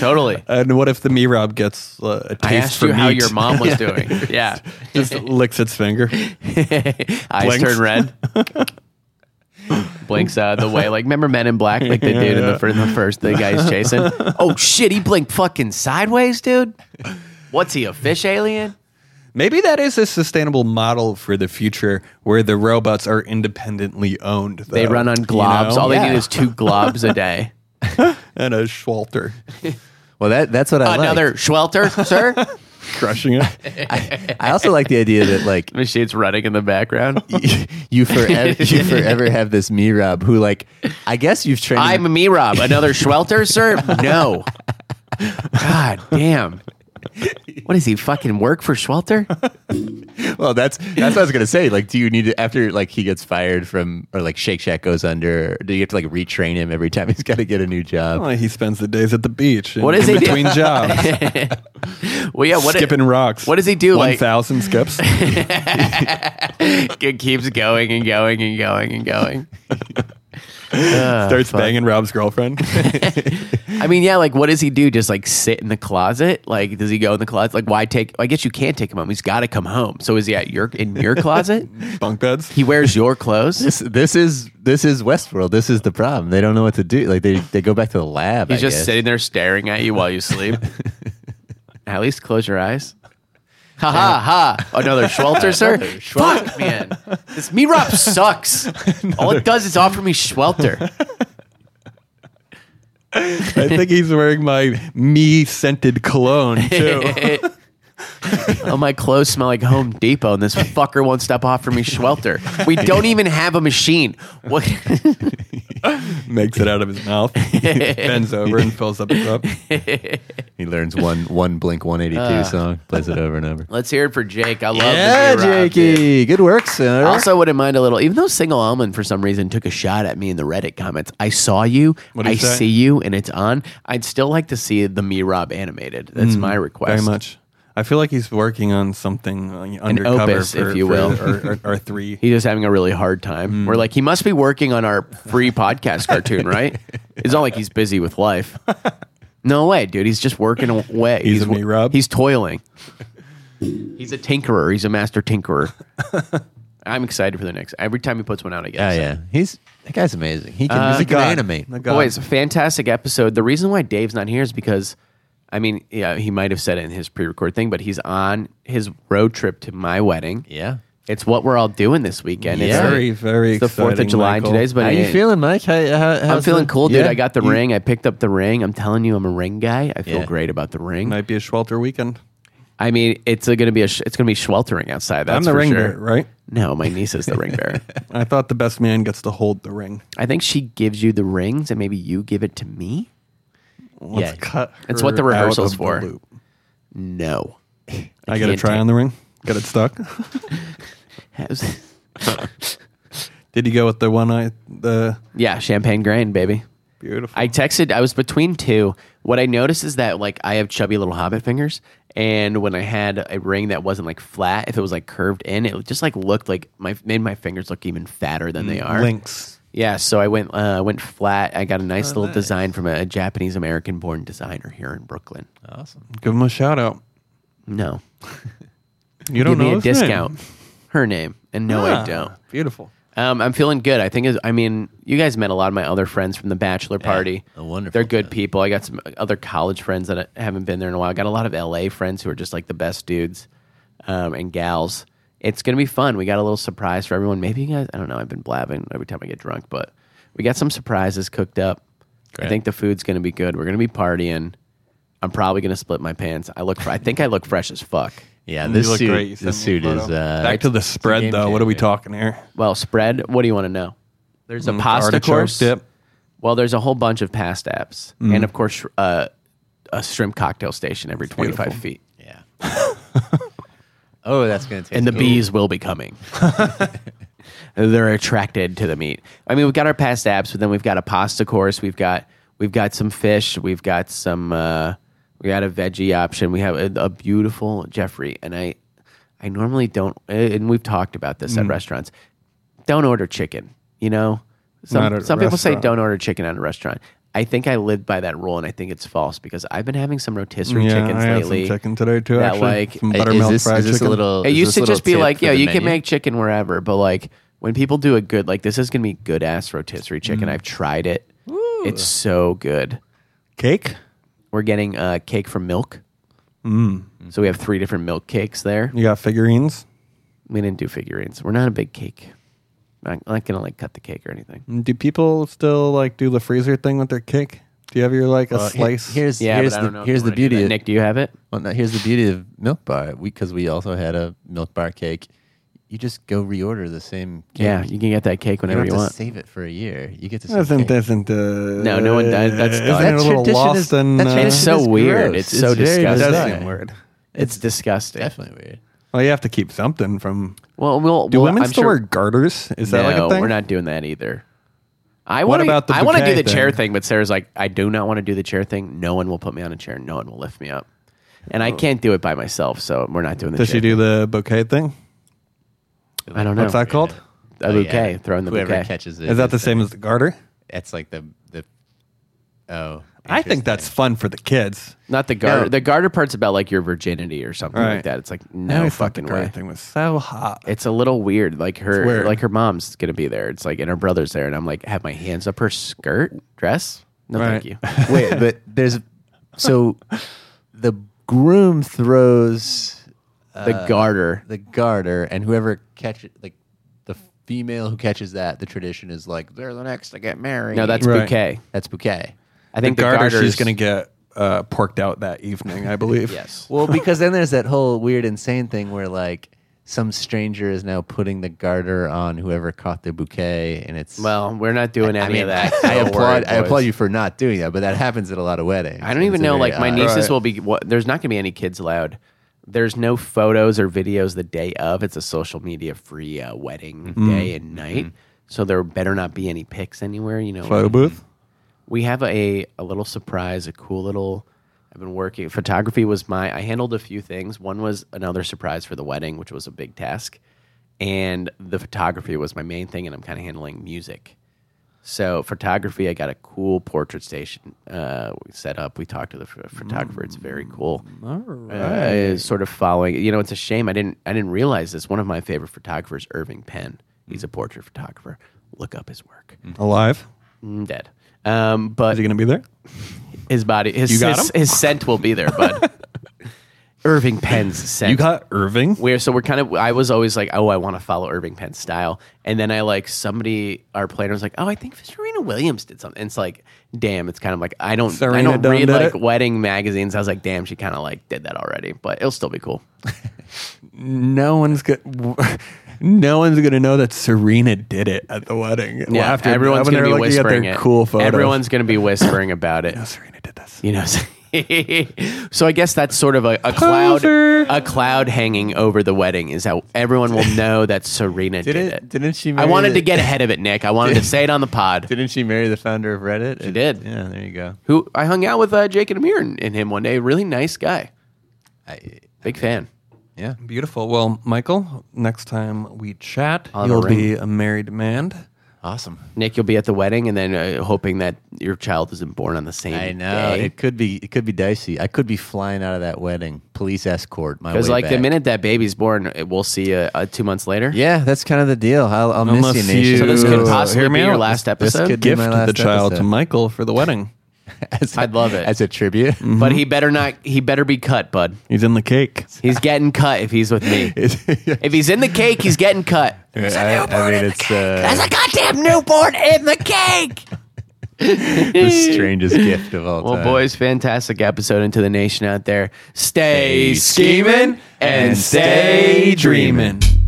Totally. and what if the me rob gets uh, a taste I asked for you how meat? your mom [laughs] was doing. Yeah, just licks its finger. [laughs] eyes Blinks. turn red. Blinks out of the way. Like, remember Men in Black? Like the dude in the, fir- in the first, the guy he's chasing. Oh shit, he blinked fucking sideways, dude. What's he, a fish alien? Maybe that is a sustainable model for the future where the robots are independently owned. They though, run on you globs. know? All they Yeah. need is two globs a day. [laughs] and a Schwalter well, that that's what I Another Schwelter, sir? crushing it. Like. [laughs] I also like the idea that like [laughs] Machine's running in the background. you forever you forever have this me Rob who like I guess you've trained. I'm a me Rob. Another Schwelter, sir? No. God damn. What is he fucking work for Schwelter? Well, that's that's what I was gonna say. Like, do you need to after like he gets fired from or like Shake Shack goes under? Do you have to like retrain him every time he's got to get a new job? Well, he spends the days at the beach. and What is in he do- between jobs? well, yeah. [laughs] What skipping rocks. What does he do? One like thousand [laughs] skips. it keeps going and going and going and going. Ah, starts banging Rob's girlfriend. [laughs] I mean, yeah, like what does he do? Just like sit in the closet? Like does he go in the closet? Like why take? I guess you can't take him home. He's got to come home. So is he at your in your [laughs] closet? Bunk beds. He wears your clothes. This this is this is Westworld. This is the problem. They don't know what to do. Like they they go back to the lab. He's I just guess. sitting there staring at you while you sleep. [laughs] at least close your eyes. [laughs] Ha ha ha! Another Schwelter, sir. Fuck, man, this meat wrap [laughs] sucks. All it does is offer me Schwelter. I think he's wearing my me scented cologne too. [laughs] oh, my clothes smell like Home Depot, and this fucker won't stop offering me Schwelter. We don't even have a machine. What? [laughs] Makes it out of his mouth. Bends over and fills up his [laughs] cup. He learns one one Blink One Eighty Two Ah. song, plays it over [laughs] and over. Let's hear it for Jake. I love Yeah, this. meat wrap, dude. Jakey, good work, sir. Also, wouldn't mind a little, even though Single Almond for some reason took a shot at me in the Reddit comments. I saw you, did I he say? see you, and it's on. I'd still like to see the Me Rob animated. That's my request. Mm, Very much. I feel like he's working on something uh, undercover, opus, for, if you for will. our, [laughs] our, our three. He's just having a really hard time. Hmm. We're like, he must be working on our free podcast cartoon, [laughs] right? It's not like he's busy with life. No way, dude. He's just working away. He's a Me Rob. He's toiling. He's a tinkerer. He's a master [laughs] tinkerer. I'm excited for the next. Every time he puts one out, I oh guess. yeah, he's that guy's amazing. He can, Uh, he can God. animate. My God. Boy, it's a fantastic episode. The reason why Dave's not here is because, I mean, yeah, he might have said it in his pre-record thing, but he's on his road trip to my wedding. Yeah. It's what we're all doing this weekend. It's Yeah. the- Very, very it's the Fourth of exciting, July Michael. today's, but How you it- feeling, Mike? How, how, I'm how's feeling the- cool, dude. Yeah? I got the ring. I picked up the ring. I'm telling you, I'm a ring guy. I feel Yeah. great about the ring. Might be a Schwelter weekend. I mean, it's going to be a sh- it's going to be sweltering outside. That's I'm the for ring sure. bearer, right? No, my niece is the ring [laughs] bearer. I thought the best man gets to hold the ring. I think she gives you the rings, and maybe you give it to me. Let's Yeah. cut. That's what her the out rehearsal's of the for. loop. No, I, got to can't try take- on the ring. Got it stuck. [laughs] Did you go with the one eye? The yeah, champagne grain, baby. beautiful. I texted. I was between two. What I noticed is that like I have chubby little hobbit fingers, and when I had a ring that wasn't like flat, if it was like curved in, it just like looked like my made my fingers look even fatter than Mm, they are. links. Yeah, so I went uh, I went flat. I got a nice Oh, little design from a, Japanese American born designer here in Brooklyn. Give him a shout out. No, You give don't me know a his Oh, name. discount. Her name, and no, I Ah, don't. Beautiful. Um, I'm feeling good. I think. is- I mean, you guys met a lot of my other friends from the bachelor party. a wonderful They're good time. people. I got some other college friends that I haven't been there in a while. I got a lot of LA friends who are just like the best dudes um, and gals. It's gonna be fun. We got a little surprise for everyone. Maybe you guys. I don't know. I've been blabbing every time I get drunk, but we got some surprises cooked up. I Great. think the food's gonna be good. We're gonna be partying. I'm probably gonna split my pants. I look. fr- I think I look fresh as fuck. Yeah, Uh, You this look suit, great. You this sent me a suit is photo. uh, back to the spread game though. What are we changer. talking here? Mm, Well, spread. What do you want to know? There's a pasta Artichoke course. dip. Well, there's a whole bunch of past apps, and of course, uh, a shrimp cocktail station every 25 feet. [laughs] Yeah. oh, that's gonna taste. And the cool. bees will be [laughs] coming. They're attracted to the meat. I mean, we've got our past apps, but then we've got a pasta course. We've got we've got some fish. We've got some. Uh, we got a veggie option. We have a, a beautiful Jeffrey, and I. I normally don't, and we've talked about this at Mm. restaurants. Don't order chicken. You know, some Not at a some people say restaurant. don't order chicken at a restaurant. I think I lived by that rule, and I think it's false because I've been having some rotisserie Yeah, chickens I had lately. some chicken today too. that, actually, like- some Is- buttermilk is this, fried is this chicken. a little? It is used this to a just little be tip like, for yo, the you can menu? make chicken wherever, but like when people do a good, like this is gonna be good ass rotisserie chicken. I've tried it. It's so good. cake. We're getting a uh, cake from milk. Mm. So we have three different milk cakes there. You got figurines. We didn't do figurines. We're not a big cake. I'm not gonna like cut the cake or anything. Do people still like do the freezer thing with their cake? Do you have your like a slice? Here's Yeah, here's but I the, don't know. if here's you the wanna do that. beauty. Of, Nick, do you have it? well, no, here's the beauty of Milk Bar. We because we also had a Milk Bar cake. you just go reorder the same. Cake. Yeah, you can get that cake You don't whenever have you to want. save it for a year. You get to save Isn't cake. isn't uh, No, no one died. That's isn't done. it a little tradition lost is- in, that uh, tradition It's so is weird. gross. It's so very It disgusting. does bizarre. seem weird. It's disgusting. Definitely weird. Well, you have to keep something from. Well, we'll Do we'll- women I'm still sure, wear garters? Is that no, like a thing? we're not doing that either. I want about to. the I want to do bouquet the chair thing? thing, but Sarah's like, I do not want to do the chair thing. No one will put me on a chair. No one will lift me up, and I can't do it by myself. So we're not doing the. Oh. Does chair she do the bouquet thing? thing. I don't know What's that Oh, called? A bouquet. Oh, Yeah. Throwing the Whoever bouquet. catches it. Is that the same as the garter? That's like the the. Oh, I think that's fun for the kids. Not the garter. No. The garter part's about like your virginity or something like Right. that. It's like I no always thought the fucking garter way. thing was so hot. It's a little weird. Like her, weird. like her mom's gonna be there. It's like and her brother's there, and I'm like, have my hands up her skirt dress. No, Right. thank you. [laughs] interesting. Wait, but there's so the groom throws The garter. the garter, and whoever catches like the female who catches that, the tradition is like they're the next to get married. No, that's Right. bouquet. that's bouquet. I think the, garter, she's garter's- going to get uh, porked out that evening, I believe. [laughs] Yes. Well, because then there's that whole weird, insane thing where like some stranger is now putting the garter on whoever caught the bouquet, and it's Well, we're not doing any I mean, of that. [laughs] I, I Don't worry, applaud. I applaud boys. you for not doing that, but that happens at a lot of weddings. I don't It's even a know. very Like my odd- nieces Right. will be. What, there's not going to be any kids allowed. There's no photos or videos the day of. It's a social media free uh, wedding Mm-hmm. day and night. So there better not be any pics anywhere. You know, Photo booth? we have a a little surprise, a cool little. I've been working. Photography was my. I handled a few things. One was another surprise for the wedding, which was a big task, and the photography was my main thing. And I'm kind of handling music. So photography, I got a cool portrait station uh, set up. We talked to the ph- photographer. It's very cool. All right. is sort of following. You know, it's a shame I didn't. I didn't realize this. One of my favorite photographers, Irving Penn. He's a portrait photographer. Look up his work. Alive? Mm, Dead. Um, but Is he going to be there? his body, his You got his, him? his scent will be there, [laughs] bud. Irving Penn's scent. You got Irving? We're so we're kind of. I was always like, oh, I want to follow Irving Penn's style, and then I like somebody our planner was like, oh, I think Serena Williams did something. And it's like, damn, it's kind of like I don't, I Serena don't done read did like it? wedding magazines. I was like, damn, she kind of like did that already, but it'll still be cool. No one's going [laughs] No one's gonna know that Serena did it at the wedding. Well, Yeah, after- everyone's when gonna be they're looking at whispering their it. Cool photos. Everyone's gonna be whispering about it. Oh, Serena did this. you know. [laughs] so I guess that's sort of a, a cloud, Poser. a cloud hanging over the wedding is how everyone will know that Serena did, Didn't- it. didn't she I marry wanted the- to get ahead of it, Nick. I wanted to say it on the pod. Didn't she marry the founder of Reddit? She did. Yeah, there you go. Who I hung out with uh, Jake and Amir and, and him one day. Really nice guy. I, Big fan. yeah. Beautiful. Well, Michael, next time we chat, I'll have a you'll ring. be a married man. Awesome. Nick, you'll be at the wedding, and then uh, hoping that your child isn't born on the same. I know day. it could be it could be dicey. I could be flying out of that wedding, police escort. My Because way like the back. minute that baby's born, it- we'll see uh, uh, two months later. Yeah, that's kind of the deal. I'll, I'll miss you, Unless you, nation. So this could possibly hear be me your out. last this episode. could be gift my the last child to episode. Michael for the wedding. As [laughs] a- I'd love it. Mm-hmm. as a tribute. [laughs] But Mhm. he better not. He better be cut, bud. He's in the cake. He's getting cut if he's with me. I, If he's in the cake, he's getting [laughs] cut. [laughs] I mean, it's uh, There's a goddamn newborn in the cake. the strangest gift of all Well, time. boys, fantastic episode into the nation out there. Stay scheming and stay stay dreaming. dreamin'.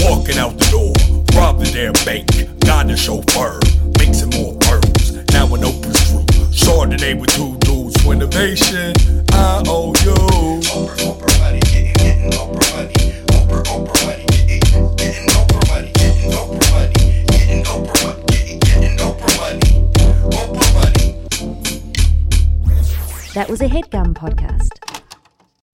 Walking out the door, robbing their bank, got the chauffeur, mixing more pearls. Now an open screw, Chardonnay with two dudes for innovation. I owe you. That was a headgum podcast.